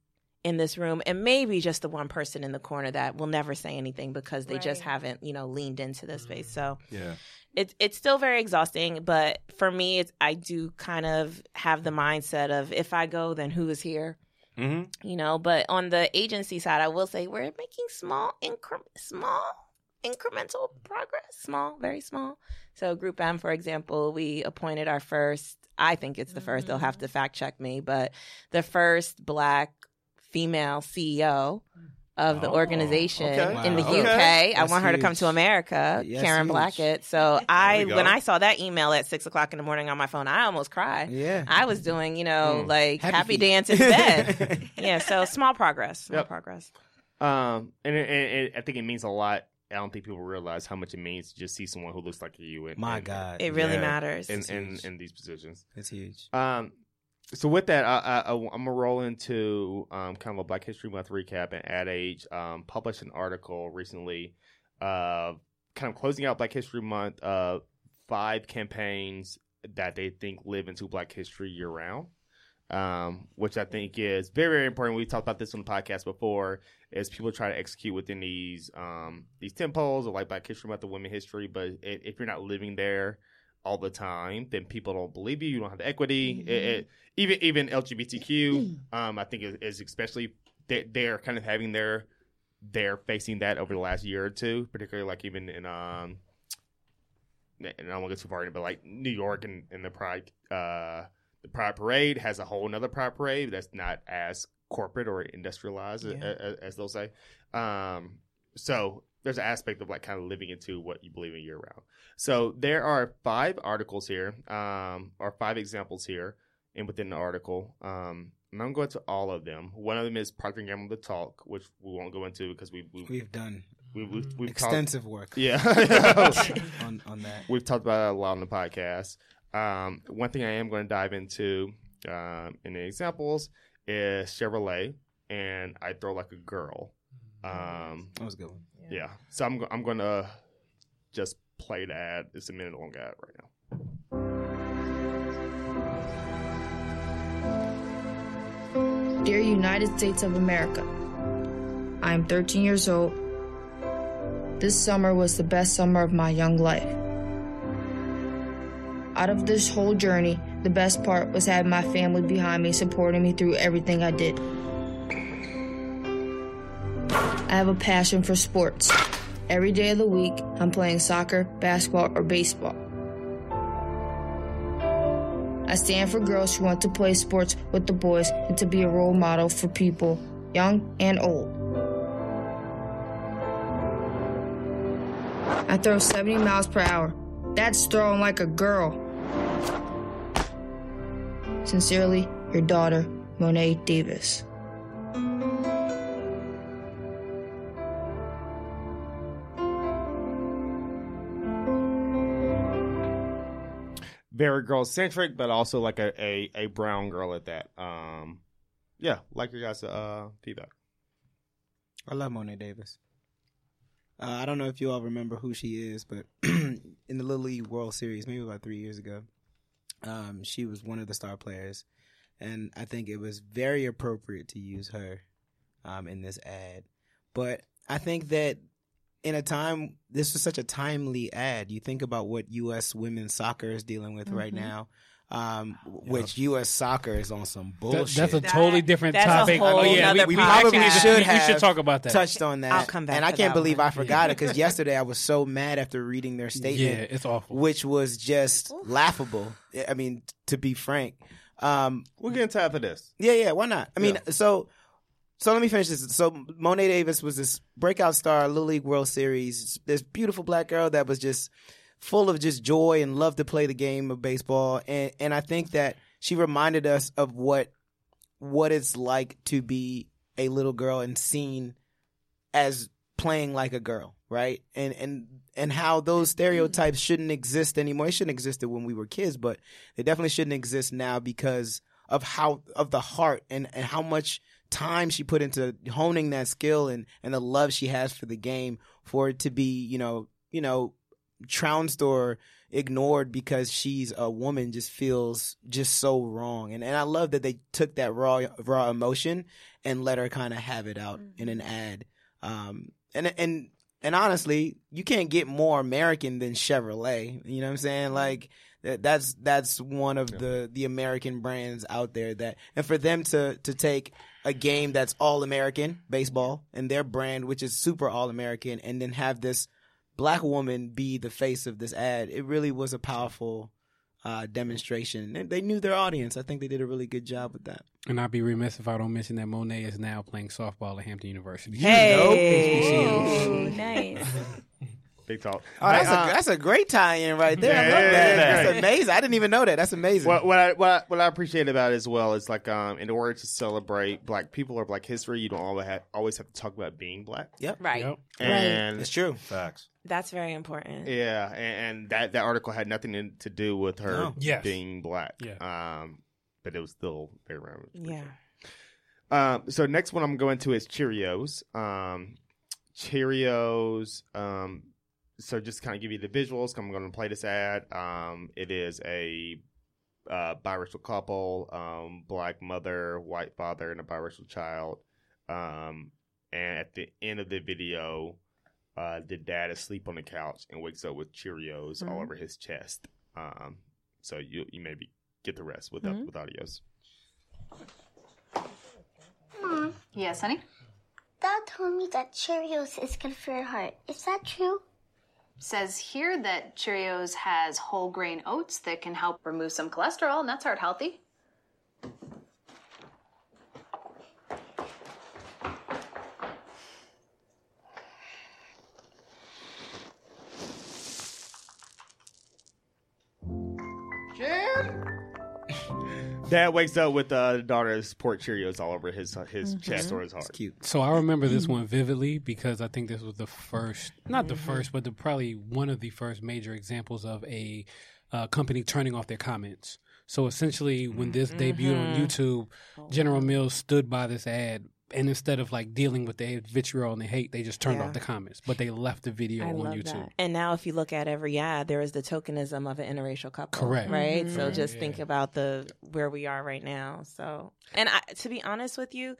in this room and maybe just the one person in the corner that will never say anything because they just
Right.
haven't, you know, leaned into this space. So
Yeah.
it's it's still very exhausting, but for me, it's, I do kind of have the mindset of if I go, then who is here,
Mm-hmm.
you know. But on the agency side, I will say we're making small incre- small incremental progress, small, very small. So Group M, for example, we appointed our first. I think it's the 1st they They'll have
Mm-hmm.
to fact check me, but the first black female CEO. Of the
Oh,
organization
okay.
in the
Wow.
UK,
Okay.
I
That's
want her to come
huge.
to America,
Yes,
Karen
huge.
Blackett. So I,
you go.
when I saw that email at six o'clock in the morning on my phone, I almost cried.
Yeah.
I was doing, you know,
Mm.
like
Happy
happy,
feet.
dance in bed.
<laughs>
yeah. So small progress. Small
Yep.
progress.
Um, and it, it, it- I think it means a lot. I don't think people realize how much it means to just see someone who looks like you. In,
My
in-
God.
It really
Yeah.
matters.
in,
It's
in,
huge.
in these positions.
It's huge.
Um, so with that, I, I, am gonna roll into um, kind of a Black History Month recap. And Ad Age um, published an article recently, uh, kind of closing out Black History Month. Uh, five campaigns that they think live into Black History year round. Um, which I think is very, very important. We've talked about this on the podcast before. Is people try to execute within these um, these temples or like Black History Month or Women History, but i if you're not living there, all the time, then people don't believe you. You don't have the equity. It- it- even even LGBTQ, um, I think is, is especially they, they're kind of having their they're facing that over the last year or two, particularly like even in um, and I don't want to get too far in, but like New York and, and the Pride uh the Pride Parade has a whole another Pride Parade that's not as corporate or industrialized a- a- as, they'll say. Um, so there's an aspect of like kind of living into what you believe in year round. So there are five articles here, um, or five examples here, and within the article, um, and I'm going to all of them. One of them is Procter and Gamble the talk, which we won't go into because we we we
We've done Mm-hmm.
we we've, we've talked.
extensive work
Yeah.
<laughs>
<laughs>
on, on that.
We've talked about it a lot on the podcast. Um, one thing I am going to dive into um, in the examples is Chevrolet, and I throw like a girl. Um,
That was a good one.
yeah, so I'm go- I'm going to just play the ad. It's a minute long ad right now.
Dear United States of America, I am 13 years old. This summer was the best summer of my young life. Out of this whole journey, the best part was having my family behind me supporting me through everything I did. I have a passion for sports. Every day of the week, I'm playing soccer, basketball, or baseball. I stand for girls who want to play sports with the boys and to be a role model for people, young and old. I throw 70 miles per hour. That's throwing like a girl. Sincerely, your daughter, Monet Davis.
very girl centric, but also like a, a, a brown girl at that. Um, yeah, like your guys' uh, feedback.
I love Monet Davis. Uh, I don't know if you all remember who she is, but <clears throat> in the Little League World Series, maybe about three years ago, um, she was one of the star players, and I think it was very appropriate to use her um, in this ad. But I think that in a time, this was such a timely ad. You think about what U.S. women's soccer is dealing with right now, um, which U.S. soccer is on some
That-
bullshit.
that's a
That-
totally different
that's a
topic.
whole
oh yeah,
nother
we, we
podcast.
actually need to-
Should
we- we
have
should talk about that.
touched on that.
I'll come back
And I
to
can't
that
believe
one.
I forgot it because yesterday I was so mad after reading their
yeah,
statement,
it's awful.
which was just laughable. I mean, to be frank. Um,
We'll get into after this.
yeah, yeah. Why not? I mean, so so let me finish this. So Monet Davis was this breakout star, Little League World Series. This beautiful black girl that was just full of just joy and loved to play the game of baseball, and and I think that she reminded us of what what it's like to be a little girl and seen as playing like a girl, right? And and and how those stereotypes shouldn't exist anymore. It shouldn't existed when we were kids, but they definitely shouldn't exist now because of how of the heart and, and how much time she put into honing that skill and, and the love she has for the game for it to be, you know, you know, trounced or ignored because she's a woman just feels just so wrong. And and I love that they took that raw raw emotion and let her kind of have it out in an ad. Um and and and honestly, you can't get more American than Chevrolet. You know what I'm saying? Like that, that's that's one of the the American brands out there that and for them to to take a game that's all American, baseball, and their brand which is super all American and then have this black woman be the face of this ad. It really was a powerful uh, demonstration. And they knew their audience. I think they did a really good job with that.
And I'd be remiss if I don't mention that Monet is now playing softball at Hampton University.
Ooh,
Hey.
nice.
Big talk.
Oh, that's,
But, uh,
a, that's a great tie-in right there. I
Yeah,
love
yeah,
that.
yeah,
That's
yeah.
amazing. I didn't even know that. That's amazing.
What, what I what I, what I appreciate about it as well is like um in order to celebrate black people or black history, you don't always have always have to talk about being black.
Right.
Yep.
And
it's true.
Facts.
That's very important.
yeah, and, and that that article had nothing in, to do with her
No.
Yes.
being black.
Yeah.
Um, but it was still very relevant.
Yeah.
Um, so next one I'm going to is Cheerios. Um, Cheerios. Um, so just kind of give you the visuals. I'm going to play this ad. Um, it is a uh, biracial couple, um, black mother, white father, and a biracial child. Um, and at the end of the video, uh, the dad is asleep on the couch and wakes up with Cheerios all
Mhm.
over his chest. Um, so you you maybe get the rest without with audios.
Yes, honey?
Hmm. Dad told me that Cheerios is good for your heart. Is that true?
Says here that Cheerios has whole grain oats that can help remove some cholesterol, and that's heart healthy.
Dad wakes up with uh, the daughter's pork Cheerios all over his uh, his
Mm-hmm.
chest or his heart.
It's cute.
So I remember this one vividly because I think this was the first, not the first, but the, probably one of the first major examples of a uh, company turning off their comments. So essentially, when this debuted on YouTube, General Mills stood by this ad and instead of like dealing with the vitriol and the hate, they just turned
Yeah.
off the comments, but they left the video
I
on
love
YouTube.
that.
And now, if you look at every ad, there is the tokenism of an interracial couple.
Correct.
Right.
Mhm.
So
Correct,
just
yeah.
think about the where we are right now. So, and I, to be honest with you,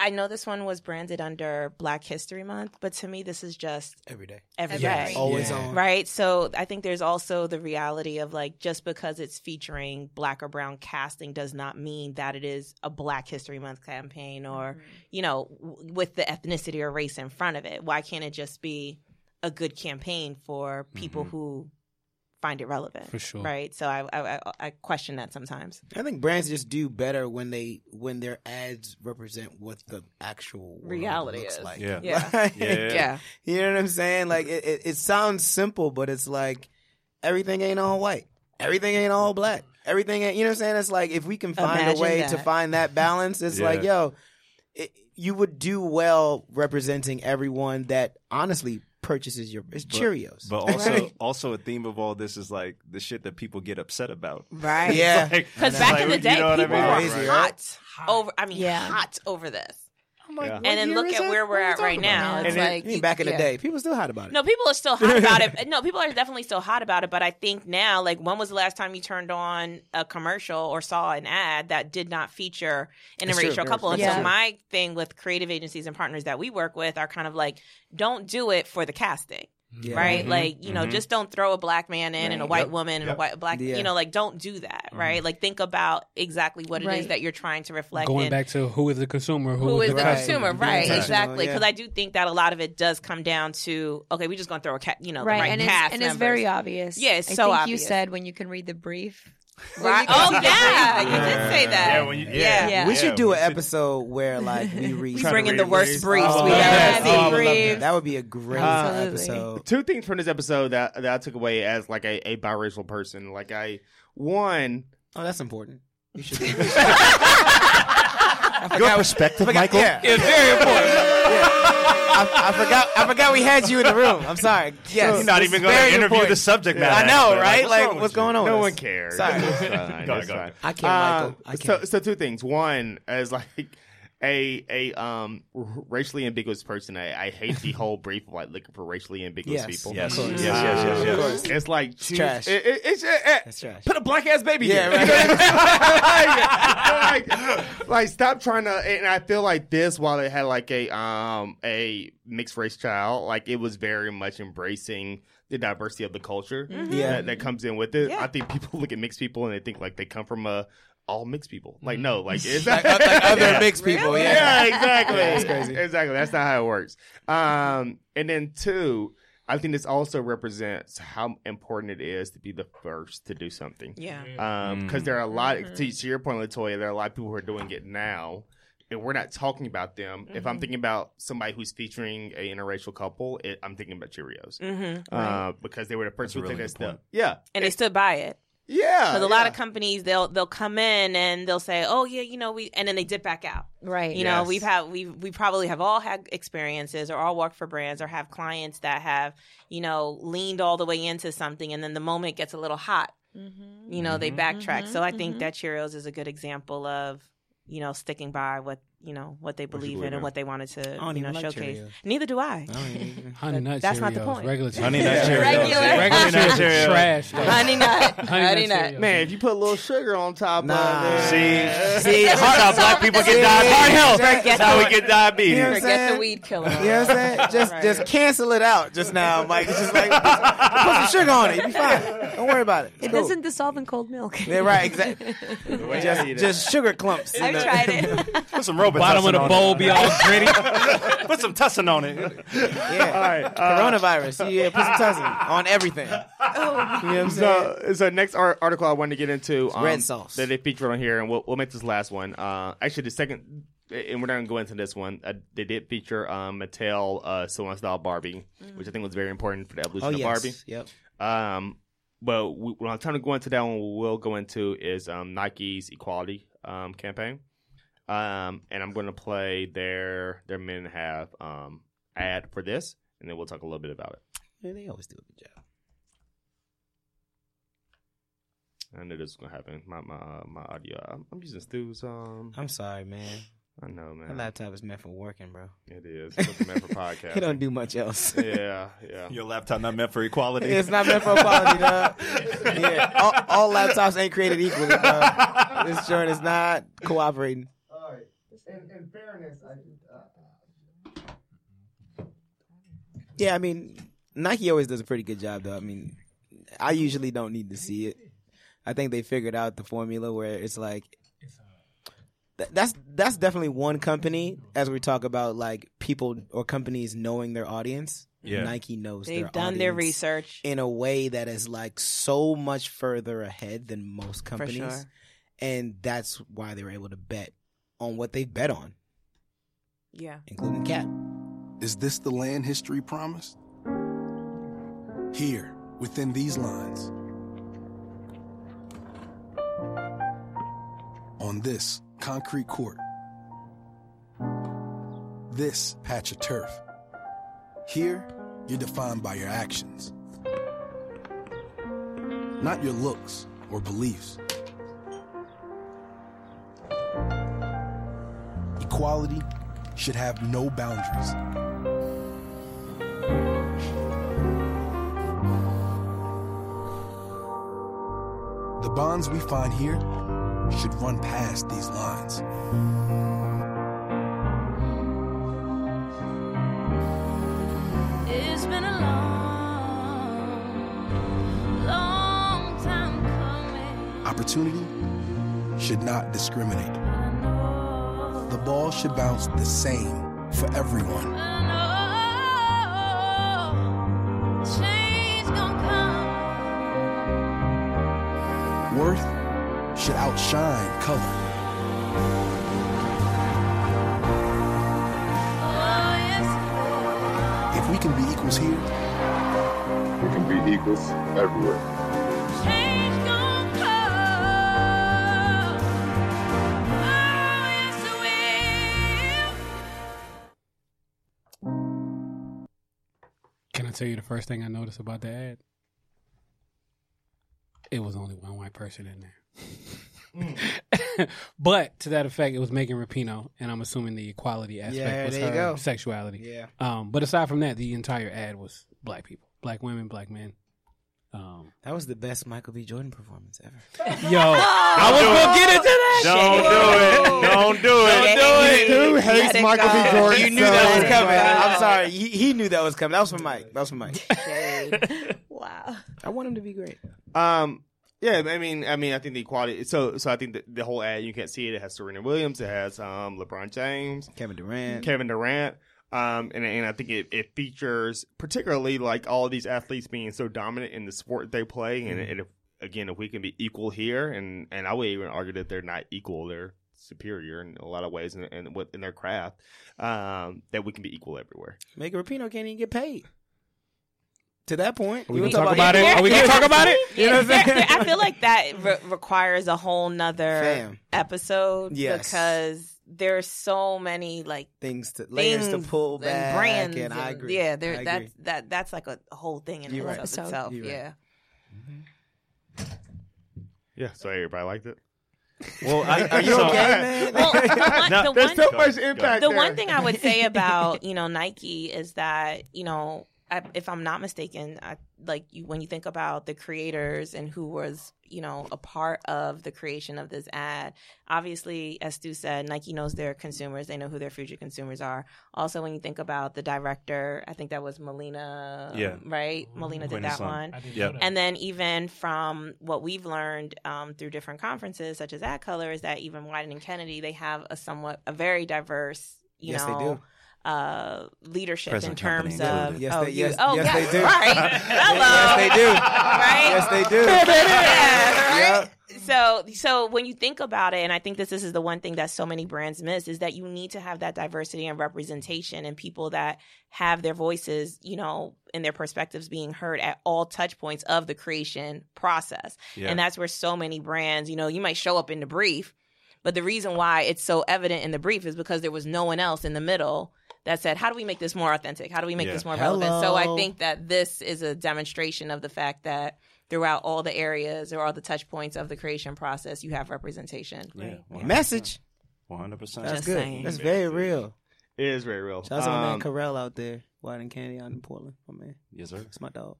I know this one was branded under Black History Month, but to me, this is just
every day.
every day.
Yes.
Always
Yeah.
on.
Right. So I think there's also the reality of like just because it's featuring black or brown casting does not mean that it is a Black History Month campaign or, you know, w- with the ethnicity or race in front of it. Why can't it just be a good campaign for people
Mhm.
who find it relevant?
For sure.
Right. So I, I, I- I question that sometimes.
I think brands just do better when they when their ads represent what the actual world
Reality
looks
is.
like.
Yeah.
Yeah.
<laughs> Like-
Yeah.
You know what I'm saying? Like it, it, it sounds simple, but it's like everything ain't all white. Everything ain't all black. Everything ain't you know what I'm saying? It's like if we can find
Imagine
a way to
that.
find that balance, it's like,
Yeah.
yo, it, you would do well representing everyone that honestly purchases your it's Cheerios. <laughs>
<laughs>
But also,
Right.
also a theme of all this is like the shit that people get upset about.
Right.
yeah.
Like, <laughs>
Because
it's
back
like,
in the day,
you know what I
people
mean?
were
Like,
Crazy, right?
hot, over. I mean,
Yeah.
hot over this.
Yeah.
And then look at where we're at right now.
about?
It's
And it-
like
even back in
yeah.
the day, people still hot about it.
No, people are still hot about it. No, people are definitely still hot about it. But I think now, like, when was the last time you turned on a commercial or saw an ad that did not feature an
That's true.
interracial couple? And
That's
so
true.
my thing with creative agencies and partners that we work with are kind of like, don't do it for the casting.
Yeah.
Right,
Mhm.
like you know,
Mhm.
just don't throw a black man in and a
Right.
white
Yep.
woman and a
Yep.
white black,
Yeah.
you know, like don't do that, right? Like think about exactly what it is
Right.
that you're trying to reflect.
Going
and
back to who is the consumer, who,
who is the
Right.
consumer, right?
Intentional,
Exactly,
yeah.
because I do think that a lot of it does come down to okay, we're just gonna throw a cat, you know,
right,
the right
and it's,
cast
and it's
members.
very obvious.
Yeah, it's
I
so
think
obvious.
You said when you can read the brief.
right.
When you
Oh
can see the
yeah,
brief.
you did say that.
Yeah, when you, yeah.
Yeah.
We should
Yeah,
do
we
an
should-
episode where like <laughs> we read.
We bring in the
Briefs.
worst briefs
Oh,
we've
yeah.
ever
yes.
seen.
Oh, I would love
Briefs.
that. That would be a great
Absolutely.
episode.
two things from this episode that, that I took away as like a, a biracial person. Like I one
Oh, that's important.
<laughs>
You should. Your
perspective,
Michael, yeah.
<laughs>
It's very important.
I, I forgot. I forgot we had you in the room. I'm sorry. Yes,
You're not
this
even
is
going to
very
interview
important.
the subject matter.
I know,
expert.
right? Like, what's,
wrong
going
with you?
on?
no
with
one
us?
cares.
<laughs> Sorry.
It's fine.
Go,
It's
go,
fine. Uh,
I care, Michael. I
So,
care.
so two things. One as <laughs> like a a um r- racially ambiguous person. I, I hate the whole brief of like looking for racially ambiguous
Yes.
people. Uh,
Yes,
Of course.
yes, yes, yes, yes.
Of course.
It's like choose-
trash.
It, it, it's uh, uh,
That's trash.
Put a black ass baby.
Yeah,
<laughs> in.
<laughs>
right. like, <laughs> like, stop trying to. And I feel like this, while it had like a um a mixed race child, like it was very much embracing the diversity of the culture
Yeah.
that, that comes in with it.
Yeah.
I think people <laughs> look at mixed people and they think like they come from a all mixed people. Like no,
<laughs>
like it's
like, like other
<laughs> Yeah.
mixed people.
Yeah,
Yeah.
exactly.
Yeah, <laughs> that's crazy.
Exactly. That's not how it works. Um, and then two, I think this also represents how important it is to be the first to do something.
Yeah.
Mm-hmm.
Mm-hmm.
Um, because there are a lot to, to your point, Latoya, there are a lot of people who are doing it now. And we're not talking about them. If
Mm-hmm.
I'm thinking about somebody who's featuring an interracial couple, it, I'm thinking about Cheerios
Mm-hmm.
uh, because they were the first
That's
to
a
take
really
that
good
step.
point.
Yeah,
And they stood by it
yeah.
because a lot
yeah.
of companies they'll they'll come in and they'll say, oh yeah, you know we, and then they dip back out.
Right.
You know,
Yes.
we've had we we probably have all had experiences or all worked for brands or have clients that have, you know, leaned all the way into something and then the moment gets a little hot,
Mm-hmm.
you know, they
Mhm.
backtrack.
Mhm,
So I think
Mm-hmm.
mhm.
that Cheerios is a good example of, you know, sticking by what you know what they
What you
believe in
believe in.
and what they wanted to
don't
you know
even like
showcase.
Cheerios.
Neither do I. <laughs>
Honey nut
That's
Cheerios,
not the point.
Regular Cheerios.
Honey Nut Cheerios.
Regular.
Regular
Honey Nut
Cheerios.
Cheerios.
Trash. though.
Honey nut,
Honey
honey
Nut
nut.
Cheerios.
man, if you put a little sugar on top
Nah.
of it,
See, see,
See,
that's how black people get diabetes. Heart health. That's how we get diabetes.
Here's-
Forget the weed killer.
You know what I'm
<laughs>
saying? Just
Right.
just cancel it out just now, Mike. It's just like put some, put some sugar on it. You'll be fine. Don't worry about it. It's
It
cool.
<laughs> doesn't dissolve in cold milk. <laughs>
Yeah, right, exactly.
the way I
Just
eat it.
just sugar clumps. in
I've
the-
tried it.
<laughs>
Put some Robitussin
Bottom of the
on
bowl be all gritty.
it. <laughs> Put some Tussin on it.
Yeah.
All right, uh,
Coronavirus. Yeah, put some tussin on everything.
Oh.
You know what I'm saying?
So, so next ar- article I wanted to get into um,
red sauce.
that they featured on here, and we'll, we'll make this last one. Uh, actually, the second, and we're not gonna go into this one. Uh, they did feature um, Mattel uh, Sylvan Style Barbie, which I think was very important for the evolution
Mm-hmm. Oh
of
yes.
Barbie.
Yep.
Um, but we, when I'm trying to go into that one, we will go into is um, Nike's equality um, campaign, um, and I'm going to play their their men have um, ad for this, and then we'll talk a little bit about it.
Yeah, they always do a good job.
I knew this was gonna happen. My my uh, my audio. I'm, I'm using Stu's um
I'm sorry, man.
I know,
My
man.
laptop is meant for working, bro.
It is. It's meant
<laughs>
for podcast.
It don't do much else.
Yeah, yeah.
Your laptop not meant for equality.
It's not meant for equality,
<laughs>
dog. Yeah, all, all laptops ain't created equally, dog. This joint is not cooperating.
All right. In, in fairness, I uh,
Yeah, I mean, Nike always does a pretty good job, though. I mean, I usually don't need to see it. I think they figured out the formula where it's like Th- that's that's definitely one company as we talk about like people or companies knowing their audience.
Yeah.
Nike knows
They've
their
done their
audience
research.
in a way that is like so much further ahead than most companies.
sure.
And that's why they were able to bet on what they bet on,
Yeah.
including Cat.
Is this the land history promised? Here, within these lines. On this concrete court. This patch of turf. Here, you're defined by your actions, not your looks or beliefs. Equality should have no boundaries. The bonds we find here should run past these lines.
It's been a long, long time coming.
Opportunity should not discriminate. The ball should bounce the same for everyone.
I know change gonna come.
Worth should outshine color.
Oh, yes,
If we can be equals here,
We can be equals everywhere.
change gonna come. Oh, yes, it will.
Can I tell you the first thing I noticed about the ad? It was only one white person in there. <laughs> but to that effect, it was Megan Rapino, and I'm assuming the equality aspect
Yeah,
was
there you
her
go.
sexuality.
Yeah.
Um, but aside from that, the entire ad was black people, black women, black men. Um,
That was the best Michael B. Jordan performance ever.
<laughs> yo, I was gonna get into that.
Don't do it. Don't do it.
Who hates Michael B. Jordan?
You knew
so
that was coming.
bad?
I'm sorry. He, he knew that was coming. That was from Mike. That was from Mike.
Wow.
I want him to be great.
Um. Yeah, I mean, I mean, I think the equality. So, so I think the, the whole ad you can't see it. It has Serena Williams. It has um LeBron James,
Kevin Durant.
Kevin Durant. Um, and and I think it, it features particularly like all these athletes being so dominant in the sport they play. And,
Mm-hmm.
and if, again, if we can be equal here, and and I would even argue that they're not equal. They're superior in a lot of ways, in, in what in their craft. Um, that we can be equal everywhere.
Megan Rapino can't even get paid. To that point,
Are we
you
gonna
wanna
talk about it? Are we gonna talk about
<laughs>
it?
<laughs> You know what I'm
There-
saying?
there- I feel like that re- requires a whole nother
Fam.
episode
Yes.
because there's so many like
things to layers
things
to pull back
and brands.
and I
and-
agree.
Yeah,
I
there
agree.
that's that that's like a whole thing in
You're
and
right.
of
Episode.
itself.
You're right.
yeah.
Yeah. So everybody liked it.
Well, I, I,
Are <laughs> you
<laughs>
so-
okay,
<laughs>
man?
Well, the one,
No,
the
There's
one-
so
Go
much
ahead, go ahead.
impact.
the
there.
one thing I would say about you know Nike is that you know I, if I'm not mistaken, I, like you when you think about the creators and who was you know a part of the creation of this ad. Obviously, as Stu said, Nike knows their consumers; they know who their future consumers are. Also, when you think about the director, I think that was Melina.
Yeah.
right. Melina did that
Quintessence.
one.
Yeah.
And then even from what we've learned um, through different conferences, such as Ad Color, is that even Wyden and Kennedy, they have a somewhat a very diverse, you
Yes, they
know, uh, leadership in
Present company
terms of
included.
Yes,
oh,
they-
you-
yes-
oh,
yes,
yeah,
they do.
right, hello,
<laughs> Yes, they do.
right,
Yes, they
<laughs>
do.
Yeah, right?
Yep.
So, so when you think about it, and I think this, this is the one thing that so many brands miss is that you need to have that diversity and representation and people that have their voices, you know, and their perspectives being heard at all touch points of the creation process.
Yeah.
And that's where so many brands, you know, you might show up in the brief, but the reason why it's so evident in the brief is because there was no one else in the middle that said, how do we make this more authentic? How do we make
Yeah.
this more relevant? So I
Hello.
think that this is a demonstration of the fact that throughout all the areas or all the touch points of the creation process, you have representation.
Yeah, wow.
Message.
One hundred percent.
That's good. That's very real.
It is very real.
Shout out to my man
Um,
Carell out there, Wide and Candy out in Portland, my man.
Yes, sir.
It's my dog.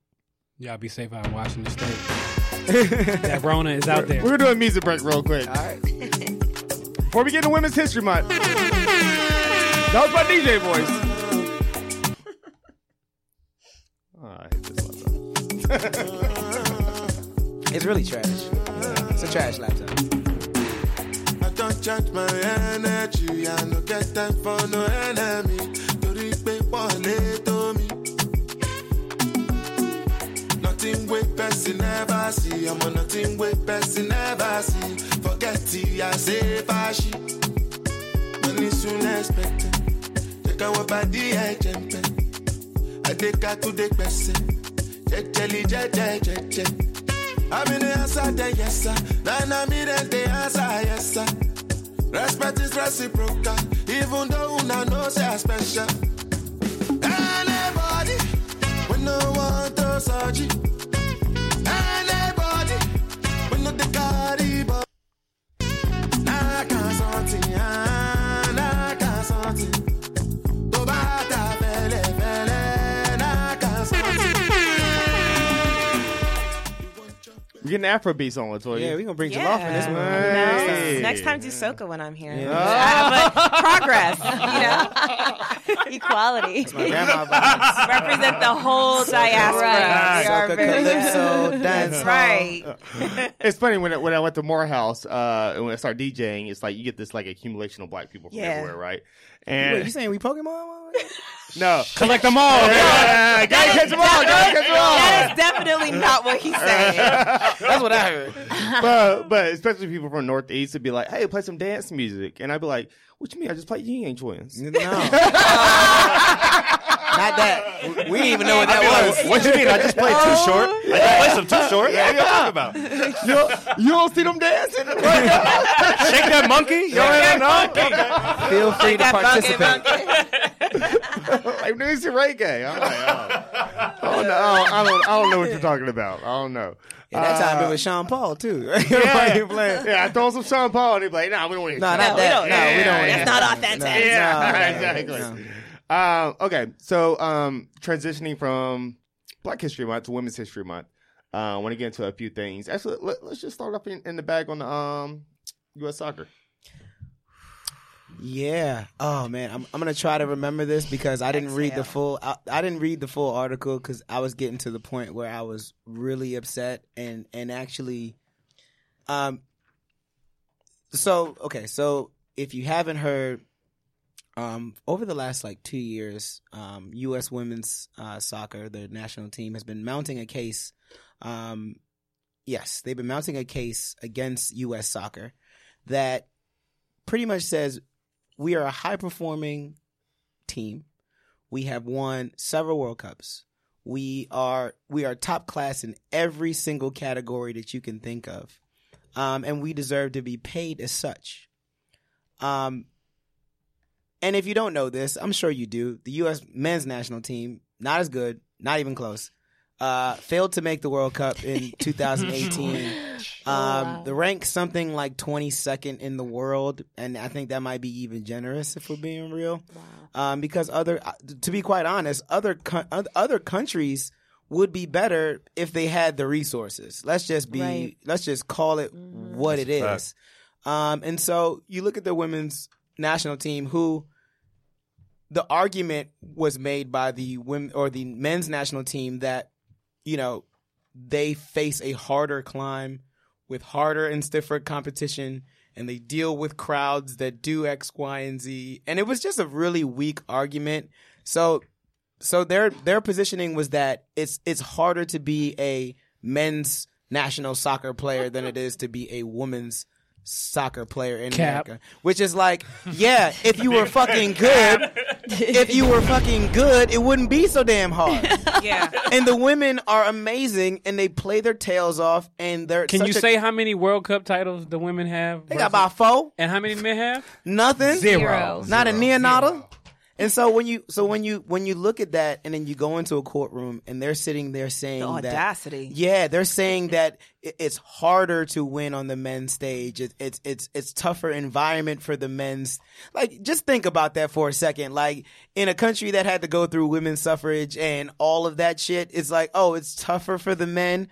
Y'all be safe out in
<laughs>
Washington State. that Rona is out there.
We're doing music break real quick. All
right.
Before we get into Women's History Month, that was my DJ voice. Oh, I hate this
laptop. <laughs> it's really trash. It's a trash laptop.
I don't charge my energy. I no get time for no enemy. Torí pé wọlé tó mi. Nothing wey person never see. Ọmọ nothing wey person never see. Forget ti I say fashi. Money soon expected. Check out what body I jump I take out to the person. Jejeli jeje jeje. I'm in the answer, then yes, sir. Now, now, me, then the answer, yes, sir. Respect is reciprocal, even though una know say I special. Anybody, we no want to surgery. Anybody, we no the carry, but I can't something, I can't something. Tó bá ta fẹ́lẹ́fẹ́lẹ́, I can't something.
We're getting Afro beats on it, Toya.
Yeah, we gonna bring
some
Jalof in this one.
Hey.
Next time, do soca when I'm here.
Yeah.
Uh, but <laughs> progress, <laughs> you know,
equality.
Represent the whole diaspora.
Right.
We are
Soca,
very-
calypso,
That's
<laughs>
dancehall.
right.
it's funny when I, when I went to Morehouse uh, and when I started DJing, it's like you get this like accumulation of black people from
Yeah.
everywhere, right? And
Wait, you saying we Pokemon? <laughs>
no,
collect them all.
Yeah, gotta catch them all. Gotta catch them all.
That is definitely not what he's
<laughs>
saying.
That's what I heard. but but especially people from Northeast would be like, "Hey, play some dance music," and I'd be like, "What you mean? I just play Yin Yang Twins."
No, not that. We- We didn't even know what that was. <laughs>
what you mean? I just played
Oh.
too short. I just played some too short. What are you talking about?
<laughs> you, don't, you don't see them dancing? Shake that
monkey. You don't know?
Feel free to participate.
like, this is reggae. I'm
<laughs>
like, oh, oh no, I don't, I don't know what you're talking about. I don't know.
At that time, it
Uh,
was Sean Paul too. <laughs>
yeah, yeah, I throw some Sean Paul and he'd be like, nah, we don't want to
No, not that. No, we don't wanna hear
That's
that.
not authentic.
No,
Yeah,
no, no,
exactly.
no.
Um, okay, so um, transitioning from Black History Month to Women's History Month, uh, I want to get into a few things. Actually, let, us just start up in, in the bag on the um, U.S. soccer.
Yeah. Oh man, I'm I'm gonna try to remember this because I didn't read the full I, I didn't read the full article because I was getting to the point where I was really upset and and actually, um. So okay, so if you haven't heard, um, over the last like two years, um, U.S. women's uh, soccer, the national team, has been mounting a case. Um, yes, they've been mounting a case against U.S. soccer that pretty much says we are a high performing team. We have won several World Cups. We are we are top class in every single category that you can think of, um, and we deserve to be paid as such. Um, and if you don't know this, I'm sure you do. The U.S. men's national team not as good, not even close. Uh, failed to make the World Cup in 2018. Um, the rank something like 22nd in the world, and I think that might be even generous if we're being real. Um, because other, uh, to be quite honest, other co- oth- other countries would be better if they had the resources. Let's just be,
Right.
let's just call it what
That's
it
a
is. Um, and so you look at the women's national team, who the argument was made by the women or the men's national team that you know they face a harder climb with harder and stiffer competition and they deal with crowds that do x y and z and it was just a really weak argument so so their their positioning was that it's it's harder to be a men's national soccer player than it is to be a woman's soccer player in
Cap.
America which is like yeah if you were fucking good if you were fucking good it wouldn't be so damn hard
yeah
and the women are amazing and they play their tails off and they're
Can
such
you
a-
say how many World Cup titles the women have?
They got about four.
And how many men have?
Nothing.
Zero.
Not a neonatal. And so when you so when you when you look at that and then you go into a courtroom and they're sitting there saying
The
that-
audacity.
yeah, they're saying that i- it's harder to win on the men's stage. It, it's it's it's tougher environment for the men's. Like just think about that for a second. Like in a country that had to go through women's suffrage and all of that shit, it's like oh, it's tougher for the men.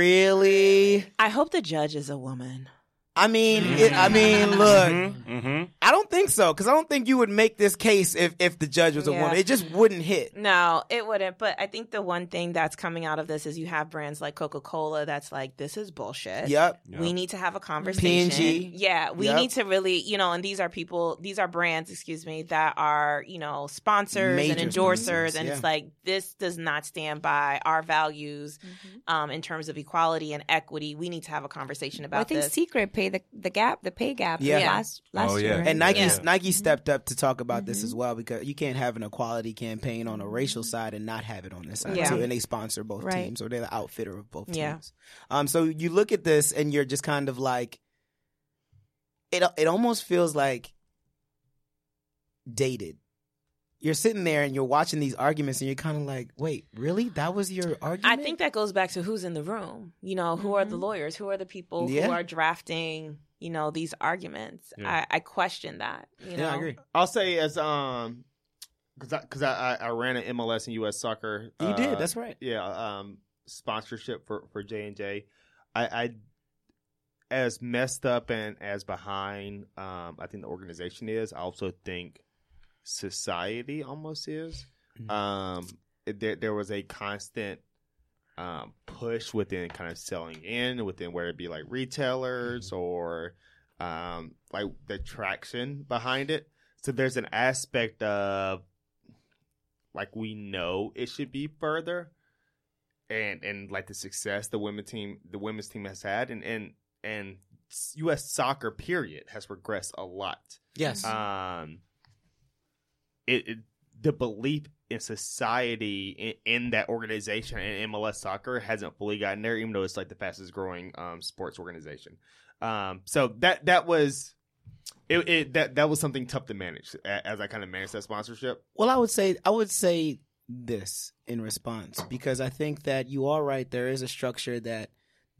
Really?
I hope the judge is a woman.
I mean, it, I mean, look.
Mm-hmm.
I don't think so because I don't think you would make this case if if the judge was a
Yeah.
woman. It just wouldn't hit.
No, it wouldn't. But I think the one thing that's coming out of this is you have brands like Coca Cola that's like, this is bullshit.
Yep.
We
Yep.
need to have a conversation.
P&G.
Yeah. We
Yep.
need to really, you know, and these are people, these are brands, excuse me, that are, you know, sponsors and
Major
endorsers.
sponsors,
and it's
yeah.
like, this does not stand by our values
Mm-hmm.
um, in terms of equality and equity. We need to have a conversation about
I think
this.
Secret paid the, the gap, the pay gap.
Oh, Yeah.
Last, last year. right?
And Nike
Oh, Yeah. <laughs>
Nike stepped up to talk about
Mm-hmm.
this as well because you can't have an equality campaign on a racial side and not have it on this side
Yeah.
too. And they sponsor both
Right.
teams or they're the outfitter of both teams.
Yeah.
Um. So you look at this and you're just kind of like, it. It almost feels like dated. You're sitting there and you're watching these arguments and you're kind of like, wait, really? That was your argument? Mm-hmm.
I think that goes back to who's in the room. You know, who are the lawyers? Who are the people
Yeah.
who are drafting, you know, these arguments?
Yeah.
I, I question that. You know?
I'll say as um, because I, 'cause I, I I ran an MLS and US soccer. uh,
You did, that's right.
Yeah. Um, sponsorship for for J and J. I I as messed up and as behind um I think the organization is. I also think society almost is.
Mm-hmm.
Um, it- there there was a constant um, push within kind of selling in within whether it be like retailers
Mm-hmm.
or um, like the traction behind it. So there's an aspect of like we know it should be further, and and like the success the women team the women's team has had, and and and U.S. soccer period has regressed a lot.
Yes.
Um, it, it the belief in society in, in that organization and MLS soccer hasn't fully gotten there, even though it's like the fastest growing um, sports organization. Um, so that that was it, it that that was something tough to manage a- as I kind of managed that sponsorship.
Well, I would say I would say this in response because I think that you are right. There is a structure that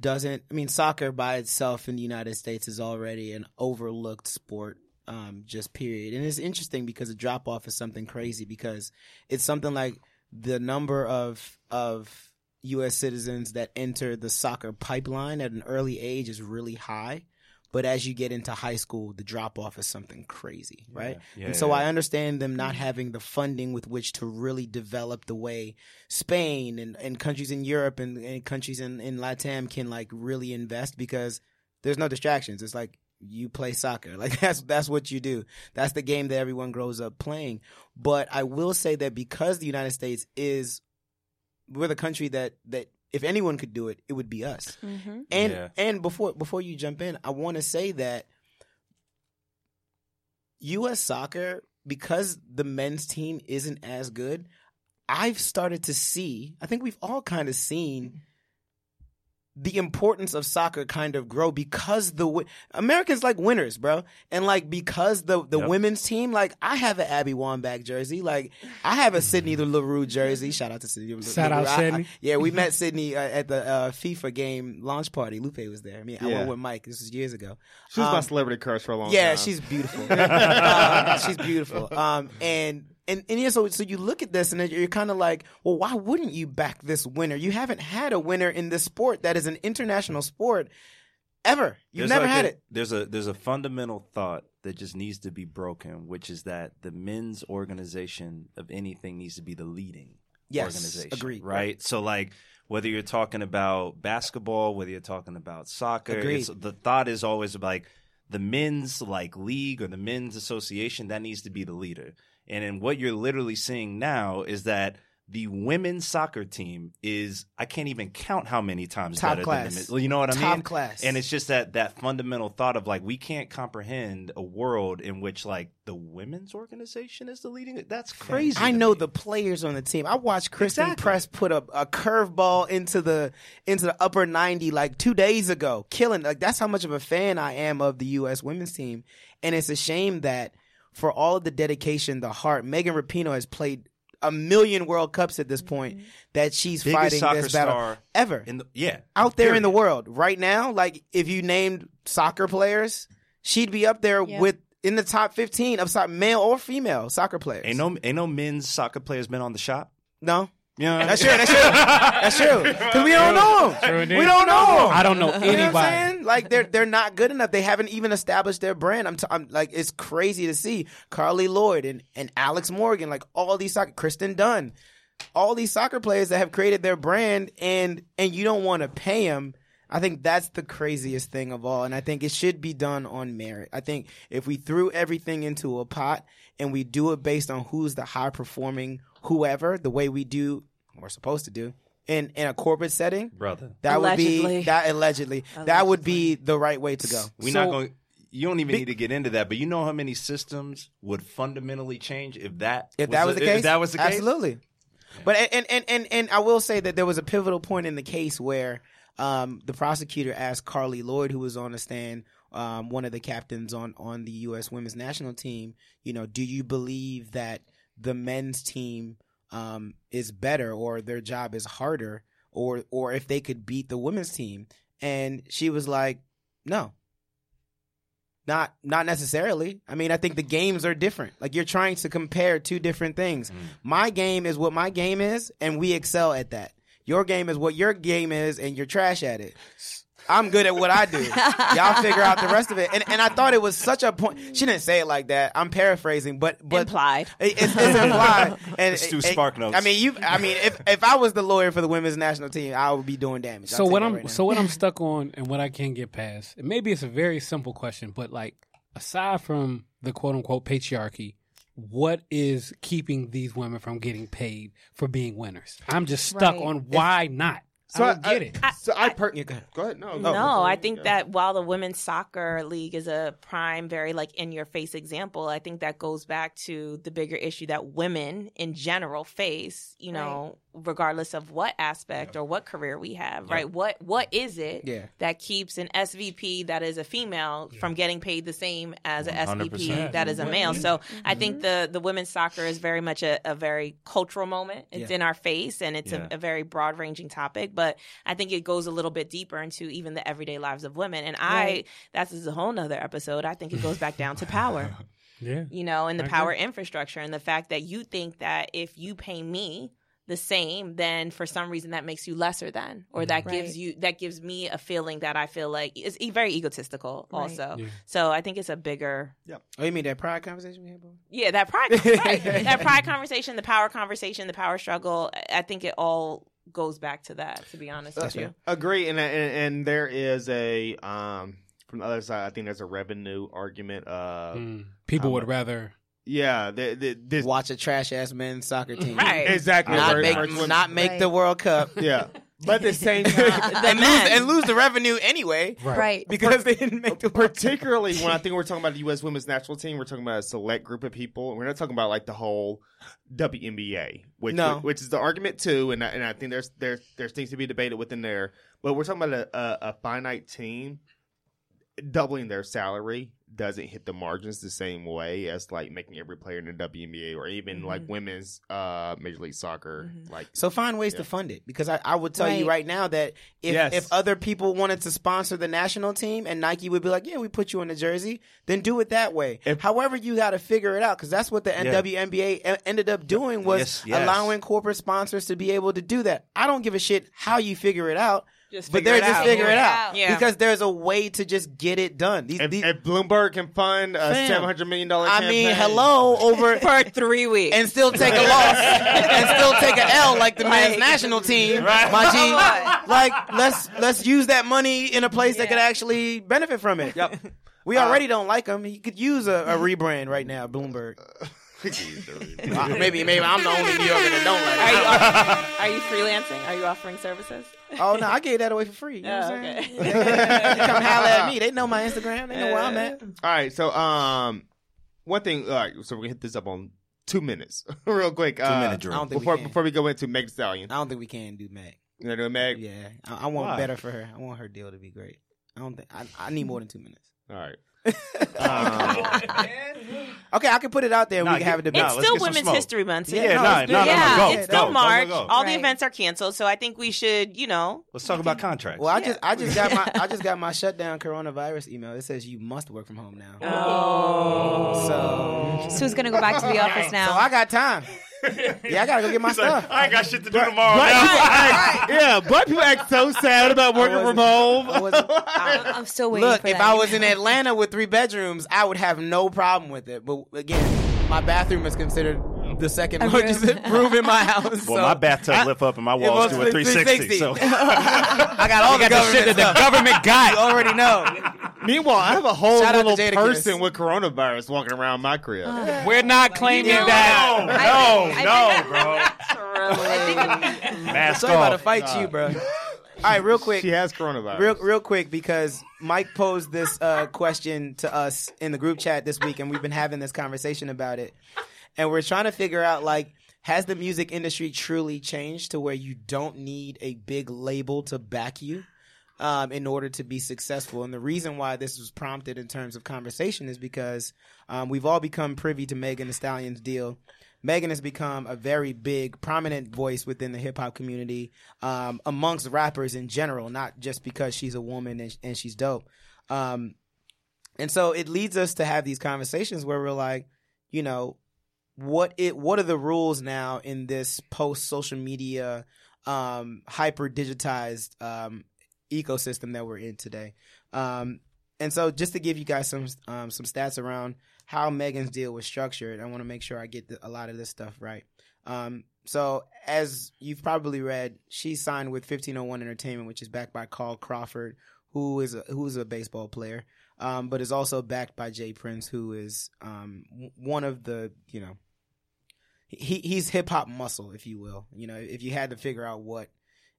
doesn't. I mean, soccer by itself in the United States is already an overlooked sport. Um, just period, and it's interesting because the drop off is something crazy because it's something like the number of of U.S. citizens that enter the soccer pipeline at an early age is really high, but as you get into high school, the drop off is something crazy, right?
Yeah,
and so
yeah.
I understand them not having the funding with which to really develop the way Spain and, and countries in Europe and, and countries in, in Latam can like really invest because there's no distractions. It's like you play soccer. <laughs> Like that's that's what you do. That's the game that everyone grows up playing. But I will say that because the United States is we're the country that that if anyone could do it, it would be us.
Mm-hmm.
Mhm.
<laughs>
And
Yeah.
and before before you jump in, I want to say that U.S. soccer, because the men's team isn't as good, I've started to see. I think we've all kind of seen the importance of soccer kind of grow because the wi- Americans like winners, bro, and like because the the women's team, like I have an Abby Wambach jersey, like I have a Sydney the Larue jersey. Shout out to Sydney. Le-
Shout out
LaRue. I- I-
Sydney.
yeah, we met Sydney uh, at the uh, FIFA game launch party. Lupe was there. I mean, I
Yeah.
went with Mike. This was years ago.
She was my
Um,
celebrity crush for a long
yeah,
time. <laughs>
she's beautiful. Um, she's beautiful. Um, and and and yeah, so so you look at this and then you're kind of like, well, why wouldn't you back this winner? You haven't had a winner in this sport that is an international sport ever. You've
There's
never
like
had
a-
it.
There's a there's a fundamental thought that just needs to be broken, which is that the men's organization of anything needs to be the leading
Yes,
organization.
agreed.
Right. So like whether you're talking about basketball, whether you're talking about soccer,
Agreed.
it's, the thought is always like the men's like league or the men's association that needs to be the leader. And then what you're literally seeing now is that the women's soccer team is I can't even count how many times
Top
better than
class.
the men. Well, You know what I
Top
mean?
class.
And it's just that that fundamental thought of like we can't comprehend a world in which like the women's organization is the leading. That's crazy.
I know the players on the team. I watched Kristen Press put a, a curveball into the into the upper ninety like two days ago, killing. Like that's how much of a fan I am of the U.S. women's team, and it's a shame that for all of the dedication, the heart. Megan Rapinoe has played a million World Cups at this point that she's
Biggest
fighting
soccer
this battle
star
ever.
In the, yeah,
out there in the world right now. Like if you named soccer players, she'd be up there
Yeah.
with in the top fifteen of so- male or female soccer players.
ain't no ain't no men's soccer players been on the shop.
No,
yeah,
That's true. That's true. That's true.
<laughs>
Because we don't know them.
True
we
indeed.
don't know them.
I don't know
You know what
anybody.
I'm saying? Like they're they're not good enough. They haven't even established their brand. I'm, t- I'm like it's crazy to see Carly Lloyd and, and Alex Morgan, like all these soccer, Kristen Dunn, all these soccer players that have created their brand, and and you don't want to pay them. I think that's the craziest thing of all, and I think it should be done on merit. I think if we threw everything into a pot and we do it based on who's the high performing whoever, the way we do we're supposed to do in in a corporate setting,
brother.
that would
Allegedly.
be that allegedly, that would be the right way to go.
We're not going. You don't even need to get into that, but you know how many systems would fundamentally change if that
If that was the
if
case,
that was the case,
absolutely. But and and and and I will say that there was a pivotal point in the case where um, the prosecutor asked Carly Lloyd, who was on the stand, um, one of the captains on on the U.S. Women's National Team, you know, do you believe that the men's team um, is better or their job is harder or or if they could beat the women's team? And she was like, no. Not not necessarily. I mean, I think the games are different. Like you're trying to compare two different things.
Mm-hmm.
My game is what my game is, and we excel at that. Your game is what your game is, and you're trash at it. I'm good at what I do.
<laughs>
Y'all figure out the rest of it. And and I thought it was such a point. She didn't say it like that. I'm paraphrasing, but but
implied.
It's, it's
<laughs>
implied. And
Let's do
and-
spark notes.
I mean, you. I mean, if if I was the lawyer for the women's national team, I would be doing damage. I'll
So
tell
what
you
I'm
right now.
so
<laughs>
what I'm stuck on and what I can't get past, and maybe it's a very simple question, but like aside from the quote unquote patriarchy, what is keeping these women from getting paid for being winners? I'm just stuck
Right.
on why not. I don't get it.
So I, per- go ahead. No,
No, I think that while the women's soccer league is a prime, very like in your face example, I think that goes back to the bigger issue that women in general face, you know, regardless of what aspect or what career we have,
Yeah.
right? What what is it
Yeah.
that keeps an SVP that is a female from getting paid the same as an SVP
100%.
that is a male?
Mhm.
So I think the the women's soccer is very much a, a very cultural moment. It's
Yeah.
in our face and it's
Yeah.
a, a very broad ranging topic, but I think it goes a little bit deeper into even the everyday lives of women. And I
Right.
that's is a whole nother episode. I think it goes
<laughs>
back down to power.
Yeah.
You know, and the
I agree.
power infrastructure and the fact that you think that if you pay me the same, then for some reason that makes you lesser than or
Mhm.
that
Right.
gives you that gives me a feeling that I feel like is e- very egotistical
Right.
also.
Yeah.
So I think it's a bigger
Oh, you mean that pride conversation we had? Before?
yeah,
<laughs>
that pride, right. that pride conversation, the power conversation, the power struggle. I- I think it all goes back to that. To be honest with you,
Agree, and, and and there is a um from the other side. I think there's a revenue argument. Uh,
Mm. People
how
would
much-
rather
Yeah, the, the, this
watch a trash ass men's soccer team.
Right. Exactly.
Not
Very
make,
first one.
not make the
Right.
World Cup.
Yeah. But at the same time,
and, lose, and lose the revenue anyway. Because they didn't make the
particularly
<laughs>
when I think we're talking about the U.S. women's national team, we're talking about a select group of people. We're not talking about like the whole WNBA, which
No.
which is the argument too, and I, and I think there's there's there's things to be debated within there. But we're talking about a, a, a finite team doubling their salary doesn't hit the margins the same way as like making every player in the WNBA or even like women's uh Major League Soccer. Like
So find ways to fund it because I, I would tell you
Right.
right now that if,
Yes.
if other people wanted to sponsor the national team and Nike would be like, yeah, we put you in the jersey, then do it that way. However, you got to figure it out because that's what the
Yeah.
NWNBA e- ended up doing was
Yes, yes.
allowing corporate sponsors to be able to do that. I don't give a shit how you figure it out.
Just
but
figure
they're
it
just
out.
figuring it
Figure it
out
out. Yeah.
because there's a way to just get it done. These,
if, if Bloomberg can fund a
Fam.
seven hundred million dollar,
I mean,
<laughs>
hello, over
for three weeks
and still take a loss and still take a L like the men's national team,
Right.
my
Come
G. Like let's let's use that money in a place that could actually benefit from it. Yep. We already don't like him. He could use a, a rebrand right now, Bloomberg. Uh, maybe maybe I'm the
<laughs>
only New Yorker that don't like.
are you offering, are you freelancing? Are you offering services?
It. Oh no, I gave that away for free. You know what
Oh,
I'm saying?
okay.
<laughs> Come holler at me. They know my Instagram. They know where I'm at.
All right, so um, one thing. All right, so we hit this up on two minutes, <laughs> real quick. Two
minute drill. I don't think we
before
can.
before we go into Meg Thee Stallion.
I don't think we can do Meg.
You know, Meg.
Yeah, I, I want
Why? <laughs>
better for her. I want her deal to be great. I don't think I, I need more than two minutes.
All right.
<laughs> Okay, I can put it out there. and
Nah,
we can have a
get-
debate.
nah,
Uh, it's still Women's History Month.
Yeah,
It's-
no, let's do it.
yeah,
Go,
it's
go,
still
go,
March.
go.
All the events are canceled, so I think we should, you know,
Let's talk about contracts.
Well, I just I just got my I just got my shutdown coronavirus email. It says you must work from home now. Oh, so
Sue's gonna go back to the office now.
So I got time. Yeah, I gotta go get my
He's like,
stuff.
I ain't got shit to do tomorrow.
Black
now.
people
yeah, black people act so sad about working from home.
I, am Oh, still waiting.
Look,
for
if
that
I was in <laughs>
email.
Atlanta with three bedrooms, I would have no problem with it. But again, my bathroom is considered the second
A
<laughs> largest
room.
room. in my house.
Well,
so
my bathtub
I-
lift up and my
it
walls
was
do a 360.
<laughs>
So
I got all the, government shit that the <laughs> government got. You already know.
Meanwhile, I have a whole
Shout out to
little
Jadakiss. Uh,
person with coronavirus walking around my crib.
We're not claiming that.
mask
Sorry about to
off.
fight you, bro. All right, real quick.
She has coronavirus.
Real, real quick, because Mike posed this uh, question to us in the group chat this week, and we've been having this conversation about it, and we're trying to figure out like, has the music industry truly changed to where you don't need a big label to back you? Um, in order to be successful, and the reason why this was prompted in terms of conversation is because um, we've all become privy to Megan Thee Stallion's deal. Megan has become a very big, prominent voice within the hip hop community, um, amongst rappers in general, not just because she's a woman and, and she's dope. Um, and so it leads us to have these conversations where we're like, you know, what it what are the rules now in this post social media um hyper digitized um ecosystem that we're in today. Um and so just to give you guys some um some stats around how Megan's deal was structured, I want to make sure I get the, a lot of this stuff right. Um so as you've probably read, she signed with 1501 Entertainment, which is backed by Carl Crawford, who is a, who's a baseball player, um, but is also backed by Jay Prince, who is um, w- one of the you know he he's hip hop muscle, if you will. You know, if you had to figure out what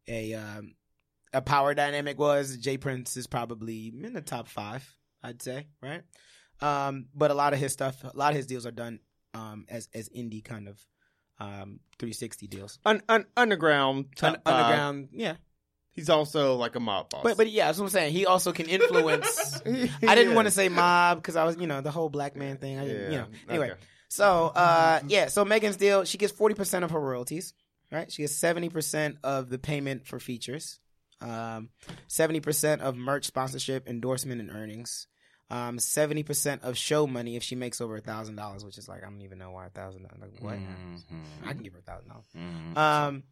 a um, a power dynamic was, Jay Prince is probably in the top five, I'd say, right? Um, but a lot of his stuff, a lot of his deals are done um, as as indie kind of um, 360 deals,
Un- un- underground.
Un-
top five.
underground, yeah.
He's also like a mob boss.
But but yeah, that's what I'm saying. He also
<laughs>
can influence. I didn't
Yeah.
want to say mob because I was you know the whole black man thing. I didn't, you know.
Yeah,
Anyway,
okay.
so uh, yeah, so Megan's deal, she gets forty percent of her royalties, right? She gets seventy percent of the payment for features, um, seventy percent of merch sponsorship, endorsement, and earnings. Um, seventy percent of show money if she makes over a thousand dollars, which is like I don't even know why a thousand dollars. Like what?
Mm-hmm.
I can give her a thousand dollars. Um,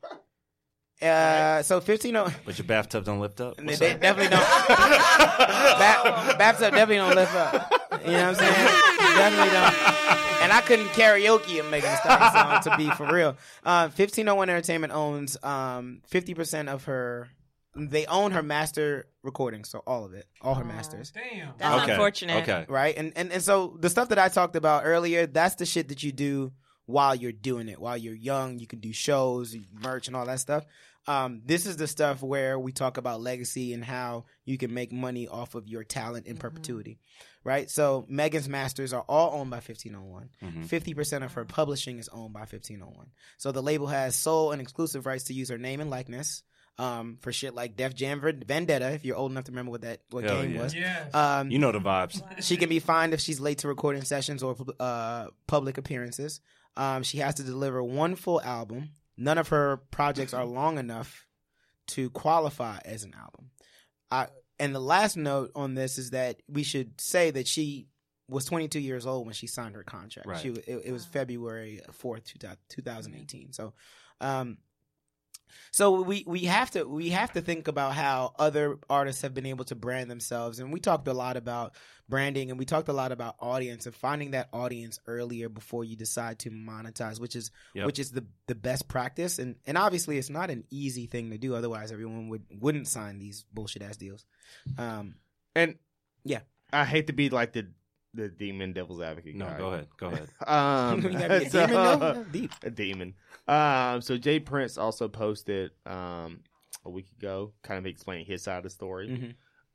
uh, so fifteen. o-
But your bathtub don't lift up.
they,
What's
they
up?
definitely don't. <laughs> Ba- Baps up definitely don't lift up. You know what I'm saying? definitely don't. And I couldn't karaoke and Megan Thee Stallion song to be for real. Uh, 1501 Entertainment owns um, 50% of her. They own her master recording, so all of it, all her masters.
Damn.
that's
Okay,
unfortunate.
okay.
Right? And, and and so the stuff that I talked about earlier, that's the shit that you do while you're doing it, while you're young, you can do shows, merch and all that stuff. Um, this is the stuff where we talk about legacy and how you can make money off of your talent in perpetuity. Right? So Megan's masters are all owned by 1501.
Mm-hmm.
50% of her publishing is owned by 1501. So the label has sole and exclusive rights to use her name and likeness. Um, for shit like Def Jam Vendetta, if you're old enough to remember what that what
Hell
game
yeah.
was,
Yeah.
um,
You know the vibes.
she can be fined if she's late to recording sessions or uh, public appearances. Um, she has to deliver one full album. None of her projects are long enough to qualify as an album. I, and the last note on this is that we should say that she was 22 years old when she signed her contract.
Right.
She, it, it was February 4th, 2000 2018. So, um, so we we have to we have to think about how other artists have been able to brand themselves, and we talked a lot about branding, and we talked a lot about audience and finding that audience earlier before you decide to monetize, which is
Yep.
which is the the best practice, and and obviously it's not an easy thing to do, otherwise everyone would wouldn't sign these bullshit ass deals. Um,
and
Yeah.
I hate to be like the the demon devil's advocate.
No,
guy.
go ahead. Go ahead.
<laughs> Um,
<laughs>
<laughs>
You gotta be a
so-
demon, though? That's <laughs> deep.
A demon. Um, so Jay Prince also posted um, a week ago, kind of explaining his side of the story.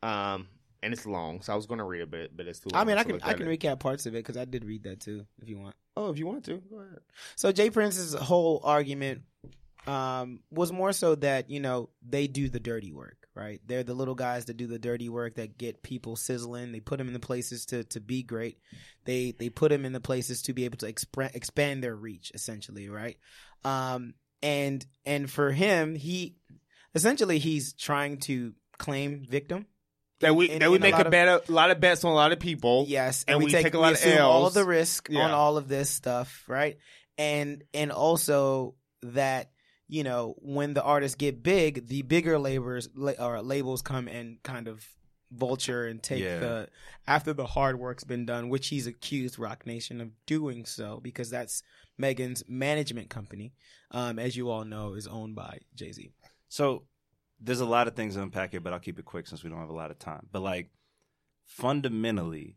Mhm.
Um, and it's long, so I was going to read a bit, but it's too. long
I mean,
to
I can
look
I
at
can
it.
recap parts of it because I did read that too, if you want.
Oh, if you want to, go ahead.
So Jay Prince's whole argument um, was more so that you know they do the dirty work, right? They're the little guys that do the dirty work that get people sizzling. They put them in the places to to be great. They they put them in the places to be able to expand expand their reach, essentially, right? Um, and and for him, he essentially he's trying to claim victim.
That we
in-
that we
in a
make
lot
a,
of-
bet a lot of bets on a lot of people.
Yes,
and, we, take, a
we
lot of
assume
L's.
all the risk
Yeah.
on all of this stuff, right? And and also that you know when the artists get big, the bigger labors la- or labels come and kind of vulture and take
Yeah.
the after the hard work's been done, which he's accused Rock Nation of doing so because that's Megan's management company, um, as you all know, is owned by Jay Z.
So there's a lot of things to unpack here, but I'll keep it quick since we don't have a lot of time. But like fundamentally,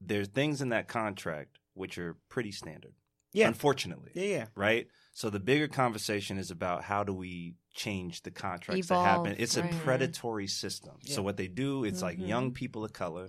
there's things in that contract which are pretty standard.
Yeah.
Unfortunately.
Yeah, yeah.
Right? So the bigger conversation is about how do we change the contracts that
Evolve,
happen. It's
right.
a predatory system.
Yeah.
So what they do, it's like
Mhm.
young people of color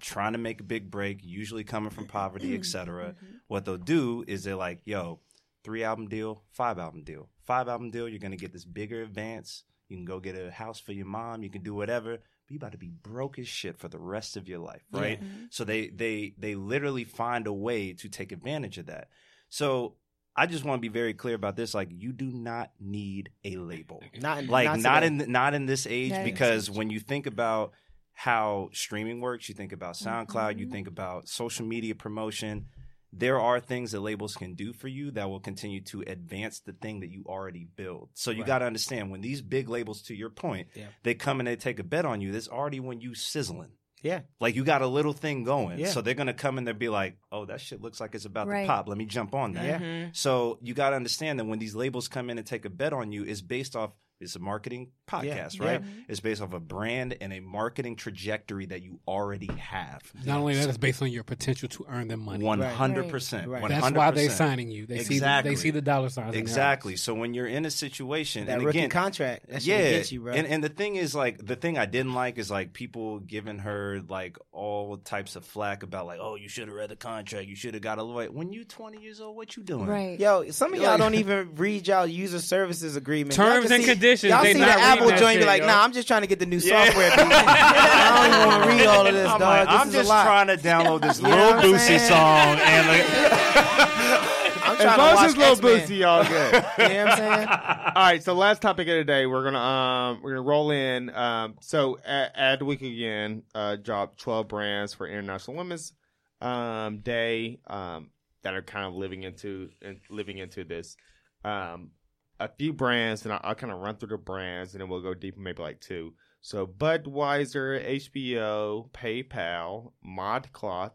trying to make a big break, usually coming from poverty, et cetera.
Mm-hmm.
What they'll do is they're like, yo, three album deal, five album deal. Five album deal, you're gonna get this bigger advance. You can go get a house for your mom, you can do whatever, but you about to be broke as shit for the rest of your life,
Yeah. Mm-hmm.
right? So they they they literally find a way to take advantage of that. So I just want to be very clear about this. Like, you do not need a label
Not in,
like
not,
not,
today.
in not in this age
Not in this
because when you think about how streaming works, you think
Mm-hmm.
about SoundCloud, you think about social media promotion. There are things that labels can do for you that will continue to advance the thing that you already build. So you
Right.
got to understand when these big labels, to your point,
Yeah.
they come and they take a bet on you. That's already when you sizzling.
yeah.
Like you got a little thing going.
Yeah.
So they're gonna come and they'll be like, Oh, that shit looks like it's about
Right.
to pop. Let me jump on that.
Yeah. Mhm.
So you gotta understand that when these labels come in and take a bet on you, it's based off it's a marketing podcast,
Yeah.
right?
Yeah.
It's based off a brand and a marketing trajectory that you already have.
Not only that, it's based on your potential to earn them money.
One hundred percent.
That's why they're signing you. They see they see the dollar signs. in their
Exactly. So when you're in a situation,
That
and
rookie
again,
contract, that shit
yeah.
gets you, bro.
And and the thing is, like, the thing I didn't like is like people giving her like all types of flack about like, oh, you should have read the contract, you should have got a lawyer. When you 20 years old, what you doing?
Yo, some of y'all
Like-
don't even read y'all user services agreement. Y'all
Terms
just
and
see-
conditions,
Y'all
they
see the
not reading
Apple
that
joint, be
shit,
like,
yo.
nah, I'm just trying to get the new
Yeah.
software.
<laughs>
dude. I don't even want to read all of this,
I'm
dog.
like,
this
I'm
is
just
a lot.
trying to download
<laughs>
this
You know what
Lil
I'm
Boosie
saying?
song <laughs> and like,
I'm
as
trying
long as
to
it's
watch
Lil
X-Men.
Boosie, y'all <laughs>
<laughs>
good.
you know what I'm saying?
All right, so last topic of the day, we're gonna um we're gonna roll in. Um, so at, ad week again, uh, dropped twelve brands for International Women's um Day um that are kind of living into and living into this. Um, a few brands, and I'll, I'll kind of run through the brands, and then we'll go deep, maybe like two. So Budweiser, HBO, PayPal, ModCloth,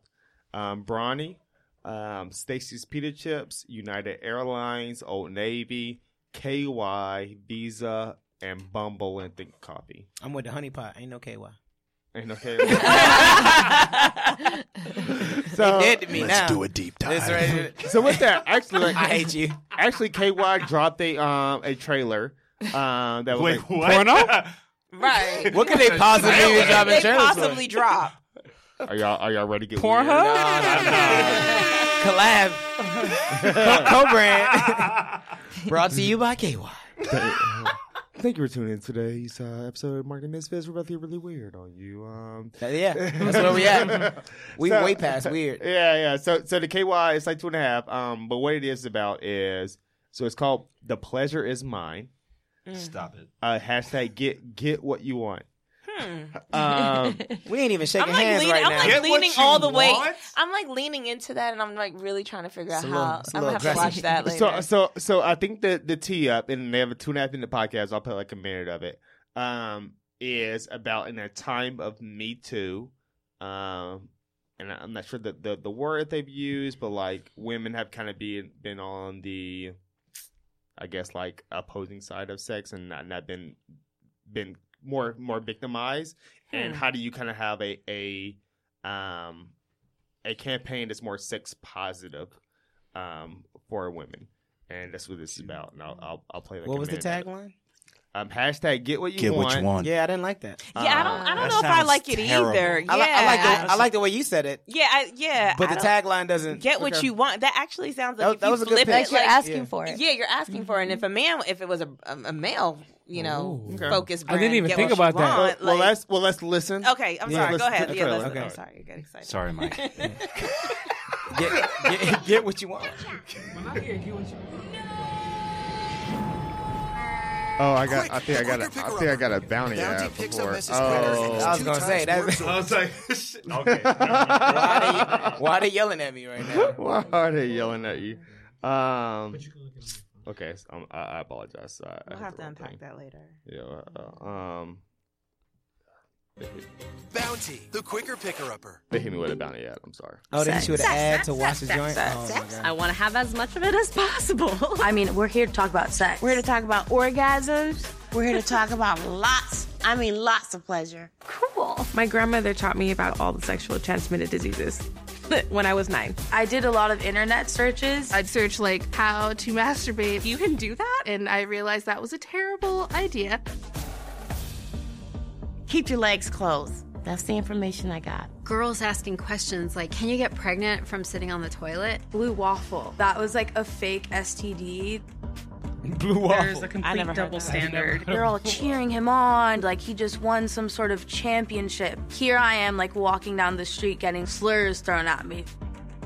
um, Brawny, um, Stacy's Pita Chips, United Airlines, Old Navy, KY, Visa, and Bumble and Think
<laughs>
Coffee.
I'm with the honey pot. Ain't no KY.
Ain't no
<laughs>
KY. so
They dead to me Let's now. do a deep This dive. right-
so with that, actually,
<laughs> I hate you.
Actually, KY dropped a um a trailer. Um, that was
Wait,
like,
what?
<laughs>
<laughs>
Right.
What could they possibly be
What
dropping
could they
trailers for?
possibly drop?
Are y'all are y'all ready to get
Pornhub?
weird? <laughs>
<laughs>
Collab. <laughs> Co-brand. <laughs> Brought to you by KY.
<laughs> Thank you for tuning in to today's uh, episode of Marketing Misfits. We're about to get really weird on you. Um,
<laughs>
Uh, yeah, that's where
<laughs>
we at. We way past weird.
Yeah, yeah. So, so the KY is like two and a half. Um, but what it is about is so it's called "The Pleasure Is Mine."
Stop it.
Uh, hashtag get get what you
<laughs>
want.
Hmm.
Um,
Um,
we ain't even shaking
I'm like
hands
leaning,
right
I'm
now.
like leaning all the way. I'm like leaning into that, and I'm like really trying to figure out
Slow,
how.
slow,
I'm gonna have to
aggressive.
watch that
So,
later.
so, so I think the the tee up, and they have a two and a half in the podcast. I'll put like a minute of it. Um, is about in a time of Me Too. Um, and I- I'm not sure the the, the word they've used, but like women have kind of been been on the, I guess like opposing side of sex, and not not been been more more victimized. And
Hmm.
how do you kind of have a a um a campaign that's more sex positive um, for women, and that's what this is about. And I'll I'll, I'll play. Like
What
a
was the
minute of it.
tagline?
Um, hashtag get what you
Get
want.
what you want.
Yeah, I didn't like uh, that.
Yeah, I don't. I don't know if I
sounds
like it
terrible.
either. Yeah,
I, li- I like the, I like the way you said it,
Yeah, I, yeah.
but
I
the
don't-
tagline doesn't
Get what
Okay.
you want. That actually sounds like
That-
if
that
you
was a good
flip
pitch.
it,
You're
like,
asking Yeah. Mm-hmm. for
it.
Yeah, you're asking for it. And if a man, if it was a a, a male, you know,
Ooh. Okay.
focused
I didn't
brand,
even
get
think
what you
about that.
want,
Well,
like-
let's well let's listen.
Okay, I'm
Yeah,
sorry. Go
let's-
ahead.
okay,
Yeah,
let's-
listen. I'm
okay.
sorry. You got excited.
Sorry,
<laughs>
<laughs>
Mike.
Get, get, get what you want.
Oh, I got. I think I got. A, I think I got a bounty
Bounty
app
picks
before.
up messages quicker than
oh,
I was two gonna say, times that's-
I was like,
okay. <laughs> why, are they, why are they yelling at me right now?
<laughs> Why are they yelling at you? Um, okay, so, um, I, I apologize. So I,
We'll
I hit
have
the
to
wrong
unpack
thing.
that later.
Yeah. well, Uh, um,
Bounty, the quicker picker upper.
they hit me with a bounty ad. I'm sorry.
Oh, they hit you with an
Sex,
ad
sex,
to watch the
sex,
joint.
sex,
Oh my
sex.
god.
I want to have as much of it as possible. I mean, we're here to talk about sex. We're here to talk about orgasms. We're here to talk about lots, I mean, lots of pleasure. Cool.
My grandmother taught me about all the sexual transmitted diseases when I was nine.
I did a lot of internet searches.
I'd search like how to masturbate. You can do that? And I realized that was a terrible idea.
Keep your legs closed. That's the information I got.
Girls asking questions like, can you get pregnant from sitting on the toilet? Blue waffle.
That was like a fake STD.
Blue
There's a complete double standard.
They're
<laughs>
all cheering him on, like he just won some sort of championship. Here I am, like walking down the street getting slurs thrown at me.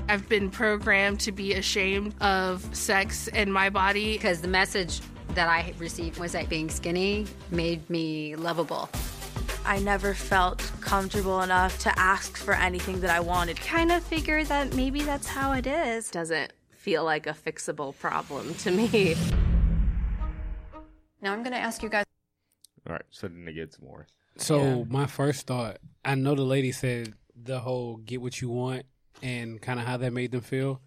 I've been programmed to be ashamed of sex and my body.
Because the message that I received was that being skinny made me lovable.
I never felt comfortable enough to ask for anything that I wanted.
Kind of figure that maybe that's how it is.
Doesn't feel like a fixable problem to me.
Now I'm going to ask you guys.
All right, so then they get some more.
So my first thought, I know the lady said the whole get what you want and kind of how that made them feel.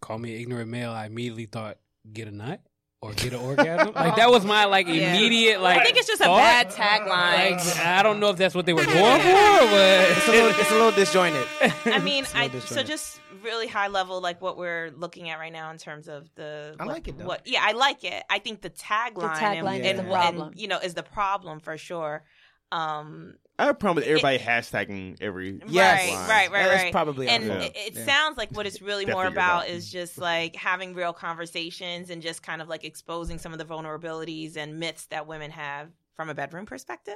Call me an ignorant male. I immediately thought get a nut or get an
<laughs>
orgasm. Like that was my like
Yeah.
immediate like.
I think it's just a
thought.
bad tagline.
Like, I don't know if that's what they were going for, but
It's a little, it's a little disjointed.
<laughs> I mean, I
disjointed.
so just really high level, like what we're looking at right now in terms of the.
I
what-
like it, though.
What? Yeah, I like it. I think the tagline, and-
tagline is
and,
the
and,
problem.
you know, is the problem for sure. Um,
I have a problem with everybody hashtagging every.
Yes.
line.
Right, right, right.
That's
right.
probably our
And
fault.
it, it
Yeah.
sounds like
<laughs>
what it's really
Definitely
more
your
about
fault.
is just like having real conversations and just kind of like exposing some of the vulnerabilities and myths that women have from a bedroom perspective.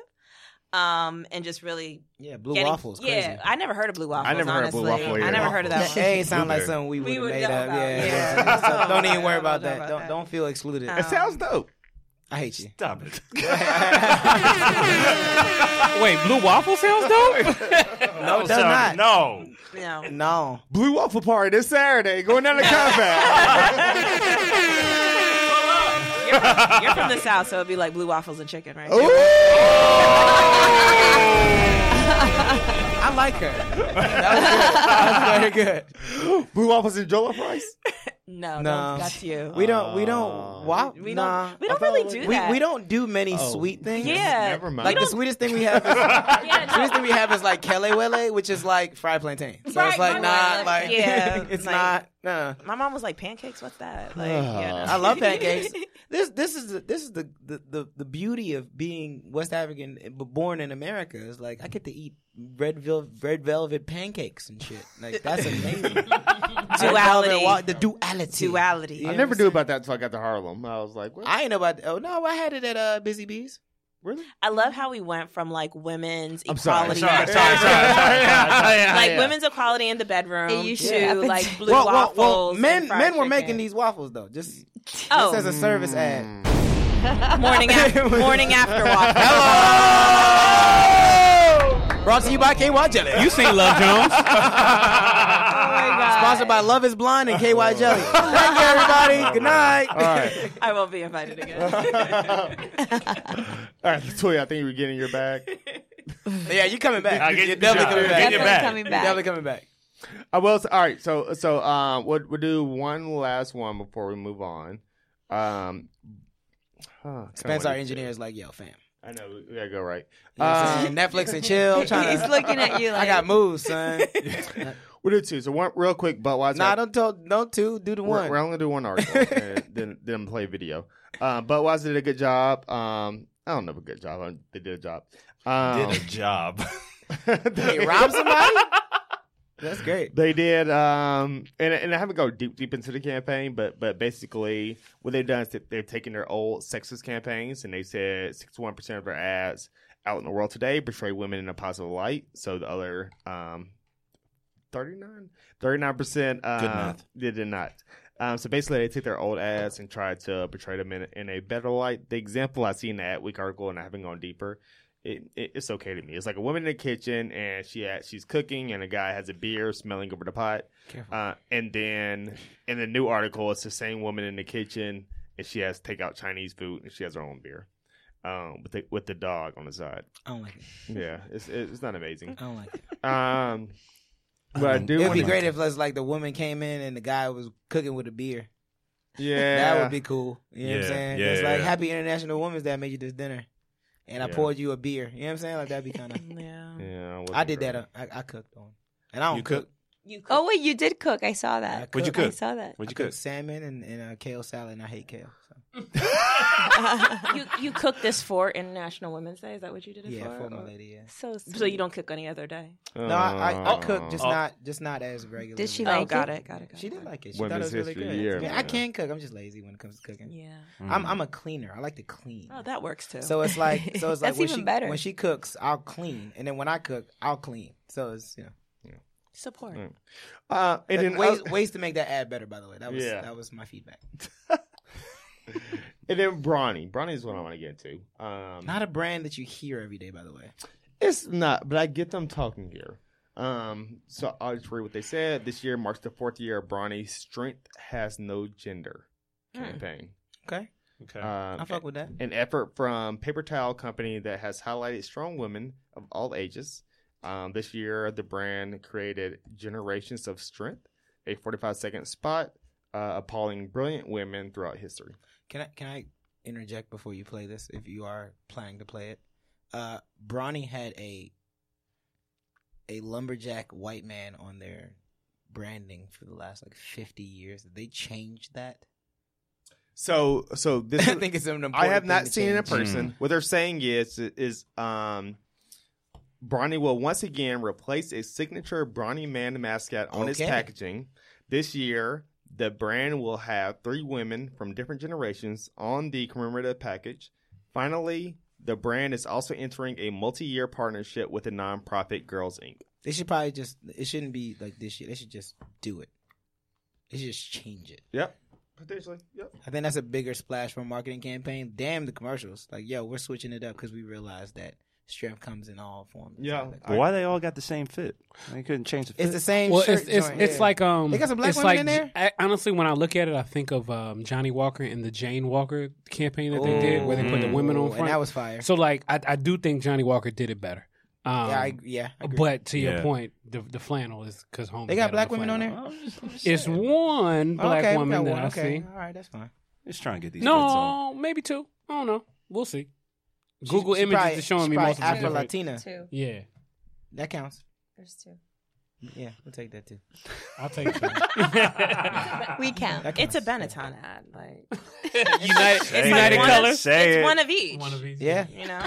Um, and just really
Yeah, blue
getting-
waffles.
Yeah,
Crazy.
I never heard of blue waffles.
I never heard of blue
honestly.
waffle
I
either.
never heard
<laughs>
of that.
The
one.
A sound like
Either.
something we would
We
have
would
made
know
up.
about,
Yeah,
yeah.
yeah.
<laughs>
So don't even worry
Don't
about
know
that.
about
Don't
that.
don't feel excluded.
Um, It sounds
dope.
I hate you.
Stop it.
<laughs> Wait, blue waffle
<laughs>
sounds dope.
No, it does not.
No.
No.
No.
Blue waffle party this Saturday. Going
<laughs>
down to combat.
You're from, you're from the south, so it'd be like blue waffles and chicken, right?
<laughs> I like her. That was good. That was <laughs> very good.
Blue waffles and jollof rice.
<laughs>
<laughs>
No,
No.
no, that's you.
We don't. We don't. Wa-
We don't-
nah.
we don't really do
we,
that.
We don't do many
Oh.
sweet things.
Yeah.
Never mind.
Like the
don't-
sweetest thing we
<laughs>
have. Is, the sweetest thing we have is like kele wele, which is like fried plantain. So it's
Right,
like
right,
not
right.
like.
Yeah,
<laughs> it's
like-
not. Nah.
My mom was like, pancakes? What's that?
<sighs>
Like, yeah, no.
I love
<laughs>
pancakes. This this is the, this is the, the, the, the beauty of being West African but born in America is like I get to eat red velvet red velvet pancakes and shit. Like that's
<laughs>
amazing. Red velvet
Duality.
wa- the duality.
Duality.
You know
I
what
never
I'm
knew about that until I got to Harlem. I was
<laughs>
like, what?
I ain't know about. Oh no, I had it at uh, Busy Bees.
really?
I love how we went from like women's
I'm sorry.
equality.
Sorry, sorry, sorry, sorry,
<laughs>
sorry, sorry, sorry,
like
yeah.
women's equality in the bedroom
Hey, you
to
should.
like blue
well, well,
waffles.
well,
and
men
fried
men were
chicken.
making these waffles though. Just
Oh.
this as a service ad.
morning
<laughs>
after morning after
<laughs>
waffles.
Hello. Brought to you by KY Jelly.
You seen Love Jones?
<laughs> Sponsored by Love Is Blind and KY Jelly. Thank you, everybody. Good
<laughs>
night.
All right.
I won't be invited again.
<laughs> All right, <laughs> Latoya, I think you were getting your bag.
<laughs>
<laughs>
Yeah, you coming back.
I get
You're
the
definitely
job.
coming
Get
back.
your
You're
bag.
coming back.
Definitely coming back.
I will. Say, all right, so so um, we'll, we'll do one last one before we move on. Um, huh, kinda
Spence,
wanna
our
get-
engineer, is like, yo, fam.
I know we- we gotta go right.
You know what I'm
Um,
saying? Netflix and chill. Trying
He's looking at you
I
like-
got moves, son.
We'll do two. So one real quick, but why?
Nah, don't tell, don't two. Do the
We're,
one.
we're only gonna do one
<laughs>
article, and then then play video. Um, but Waz did a good job. Um, I don't know if a good job. They did a job. Um,
Did a
<laughs>
job.
they
robbed somebody. That's great.
They did, um, and and I haven't go deep deep into the campaign, but but basically what they've done is that they've taken their old sexist campaigns and they said sixty one percent of their ads out in the world today portray women in a positive light. So the other um, 39 percent uh,
math.
They did not. Um, so basically, they took their old ads and tried to portray them in, in a better light. The example I see in the Ad Week article, and I haven't gone deeper. It, it, it's okay to me. It's like a woman in the kitchen, and she had, she's cooking, and a guy has a beer smelling over the pot.
Careful.
Uh, and then in the new article, it's the same woman in the kitchen, and she has takeout Chinese food, and she has her own beer, um, with the, with the dog on the side.
I don't like it.
Yeah, it's it's not amazing.
I don't like it.
Um, but I, do.
It'd
wanna-
be great if, let's like, the woman came in and the guy was cooking with a beer.
Yeah.
that would be cool. You know what
Yeah,
I'm saying?
yeah,
it's like
yeah.
Happy International Women's Day. I made you this dinner, and I
Yeah.
poured you a beer. You know what I'm saying? Like that'd be
<laughs>
kind of.
yeah.
Yeah, wasn't
I did
great.
that. uh, I, I cooked on, and I don't
You
cook.
cook?
Oh wait, you did cook. I saw that.
What'd you
I
cook?
saw that.
What'd
I cooked salmon and, and a kale salad, and I hate kale. So.
you you cook this for International Women's Day. Is that what you did it
Yeah,
for?
for my
Or-
lady, yeah.
So
sweet.
so you don't cook any other day.
No, I, I, I cook, just <laughs>
Oh.
not just not as regular.
Did she
Oh,
like
got
it?
it, got it, got
She
it,
did
got it.
like it. She
Women's
thought it was really
History
good.
Year,
Yeah, I
man.
can cook. I'm just lazy when it comes to cooking.
Yeah,
I'm I'm a cleaner. I like to clean.
Oh, that works too.
So it's like so
<laughs>
it's like
That's
when
even
she
better.
when she cooks, I'll clean, and then when I cook, I'll clean. So it's you know.
Support.
Uh, and
Like,
then
ways,
oth-
ways to make that ad better, by the way. That was
Yeah.
that was my feedback.
and then Brawny. Brawny is what I want to get into. Um,
Not a brand that you hear every day, by the way.
It's not, but I get them talking here. Um, so I'll just read what they said. This year marks the fourth year of Brawny's Strength Has No Gender
Mm.
campaign.
Okay.
Okay.
Um,
I fuck with that.
An effort from Paper Towel Company that has highlighted strong women of all ages. Um, this year, the brand created Generations of Strength, a 45 second spot uh, appalling brilliant women throughout history.
Can I can I interject before you play this if you are planning to play it? Uh Bronny had a a lumberjack white man on their branding for the last like fifty years. Did they change that?
So, so this
<laughs> I think it's an important
I have
thing
not
to
seen it in
change.
person. What they're saying is is um, Brawny will once again replace a signature Brawny Man mascot on its
Okay.
packaging. This year, the brand will have three women from different generations on the commemorative package. Finally, the brand is also entering a multi-year partnership with the nonprofit Girls Inc.
They should probably just it shouldn't be like this year. They should just do it. They should just change it.
Yep. Potentially. Yep.
I think that's a bigger splash for a marketing campaign. Damn the commercials. Like, yo, we're switching it up because we realize that strength comes in all forms.
Yeah.
But why they all got the same fit? They couldn't change the fit.
It's the same
Well,
shirt
it's it's,
joint,
it's
yeah.
like um,
They got some black
it's
women
like,
in there?
I, honestly, when I look at it, I think of um, Johnny Walker and the Jane Walker campaign that they did, where they put the women on
Ooh, and
front.
that was fire.
So, like, I, I do think Johnny Walker did it better. Um,
Yeah, I- yeah, I agree.
but to your
Yeah.
point, the, the flannel is because home.
They got black women on there?
It's one black
okay, we
woman
got
that
one.
I
okay.
see.
All right, that's fine.
Just trying to get these fits on.
No, maybe two. I don't know. We'll see. Google
she
images
probably-
is showing
she
me
probably
most of the
Afro
different-
Latina.
Two.
Yeah,
That counts.
There's two.
Yeah, we'll take that too.
I'll take two.
<laughs> we
count. That
It's a Benetton ad, like
United,
It's like
United
one
Colors?
Of,
Say
it's
it.
one of each.
One of each.
Yeah.
You know,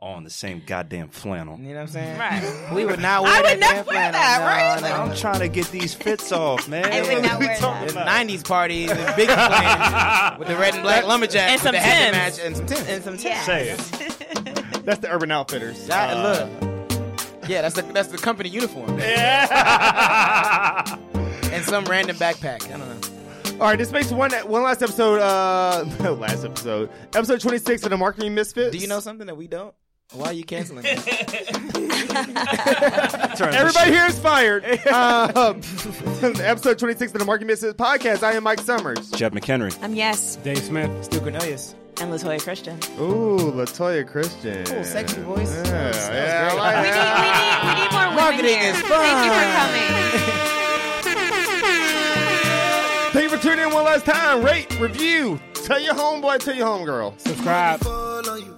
All in the same goddamn flannel.
You know what I'm saying?
Right.
We would not wear
I
that
would never
damn
wear
flannel.
that,
No,
right?
no,
I'm trying to get these fits off, man.
I would not
We
wear
talking
The
about-
90s parties and
<laughs>
big playing with the red and black lumberjack
And some
with the hat
Timbs.
match and some Timbs. And some
Yeah.
Say it.
<laughs>
That's the Urban Outfitters.
That,
Uh,
look. Yeah, that's the that's the company uniform. and some random backpack. I don't know.
All right, this makes one one last episode. Uh, <laughs> no, last episode, episode twenty six of the Marketing Misfits.
Do you know something that we don't? Why are you canceling?
<laughs>
it?
Turn the
Everybody
shit.
here is fired. <laughs> uh, episode twenty six of the Marketing Misfits podcast. I am Mike Summers.
Jeff McHenry.
Um. Yes.
Dave Smith.
Stu Cornelius.
and Latoya Christian.
Ooh, Latoya Christian.
Oh, sexy voice.
Yeah,
That was- that was
yeah, I
great.
like
We need, we need, we need more women
Marketing
here.
is
Thank you for
fun.
coming.
Thank you for tuning in one last time. Rate, review, tell your homeboy, tell your homegirl.
Subscribe.
fall on you.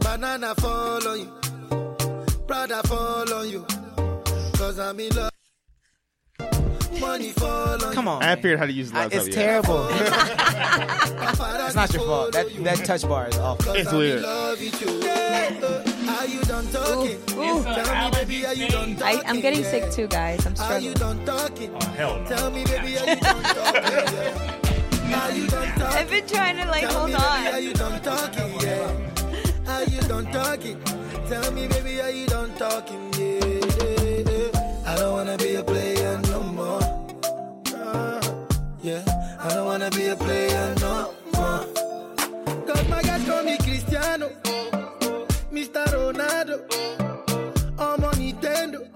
Banana fall on you. Brother fall on you. Cause I'm in love.
money fall on
Come on.
I haven't figured out how to use the
I-
laptop
it's
yet. <laughs>
terrible. it's not your fault. <laughs> That that touch bar is awful.
It's weird.
Love you too. How you done talking? Tell me, baby, how you done
I,
talking?
I'm getting sick too, guys. I'm
How you
struggling.
done talking?
Oh, Hell no.
Tell me, baby, how you done talking? yeah. How you done talking?
I've been trying to like
Tell
hold
me, baby, how
on.
you done talking? Yeah. How you done talking? Tell me, baby, how you done talking? Yeah. yeah, yeah. I don't wanna be a player no more. Uh, yeah. I don't wanna be a player no more. Cause my guys call me Cristiano, Mr. Ronaldo, I'm on Nintendo.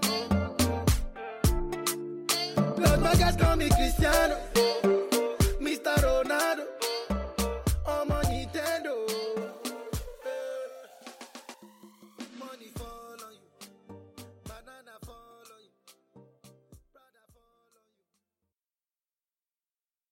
Cause my guys call me Cristiano.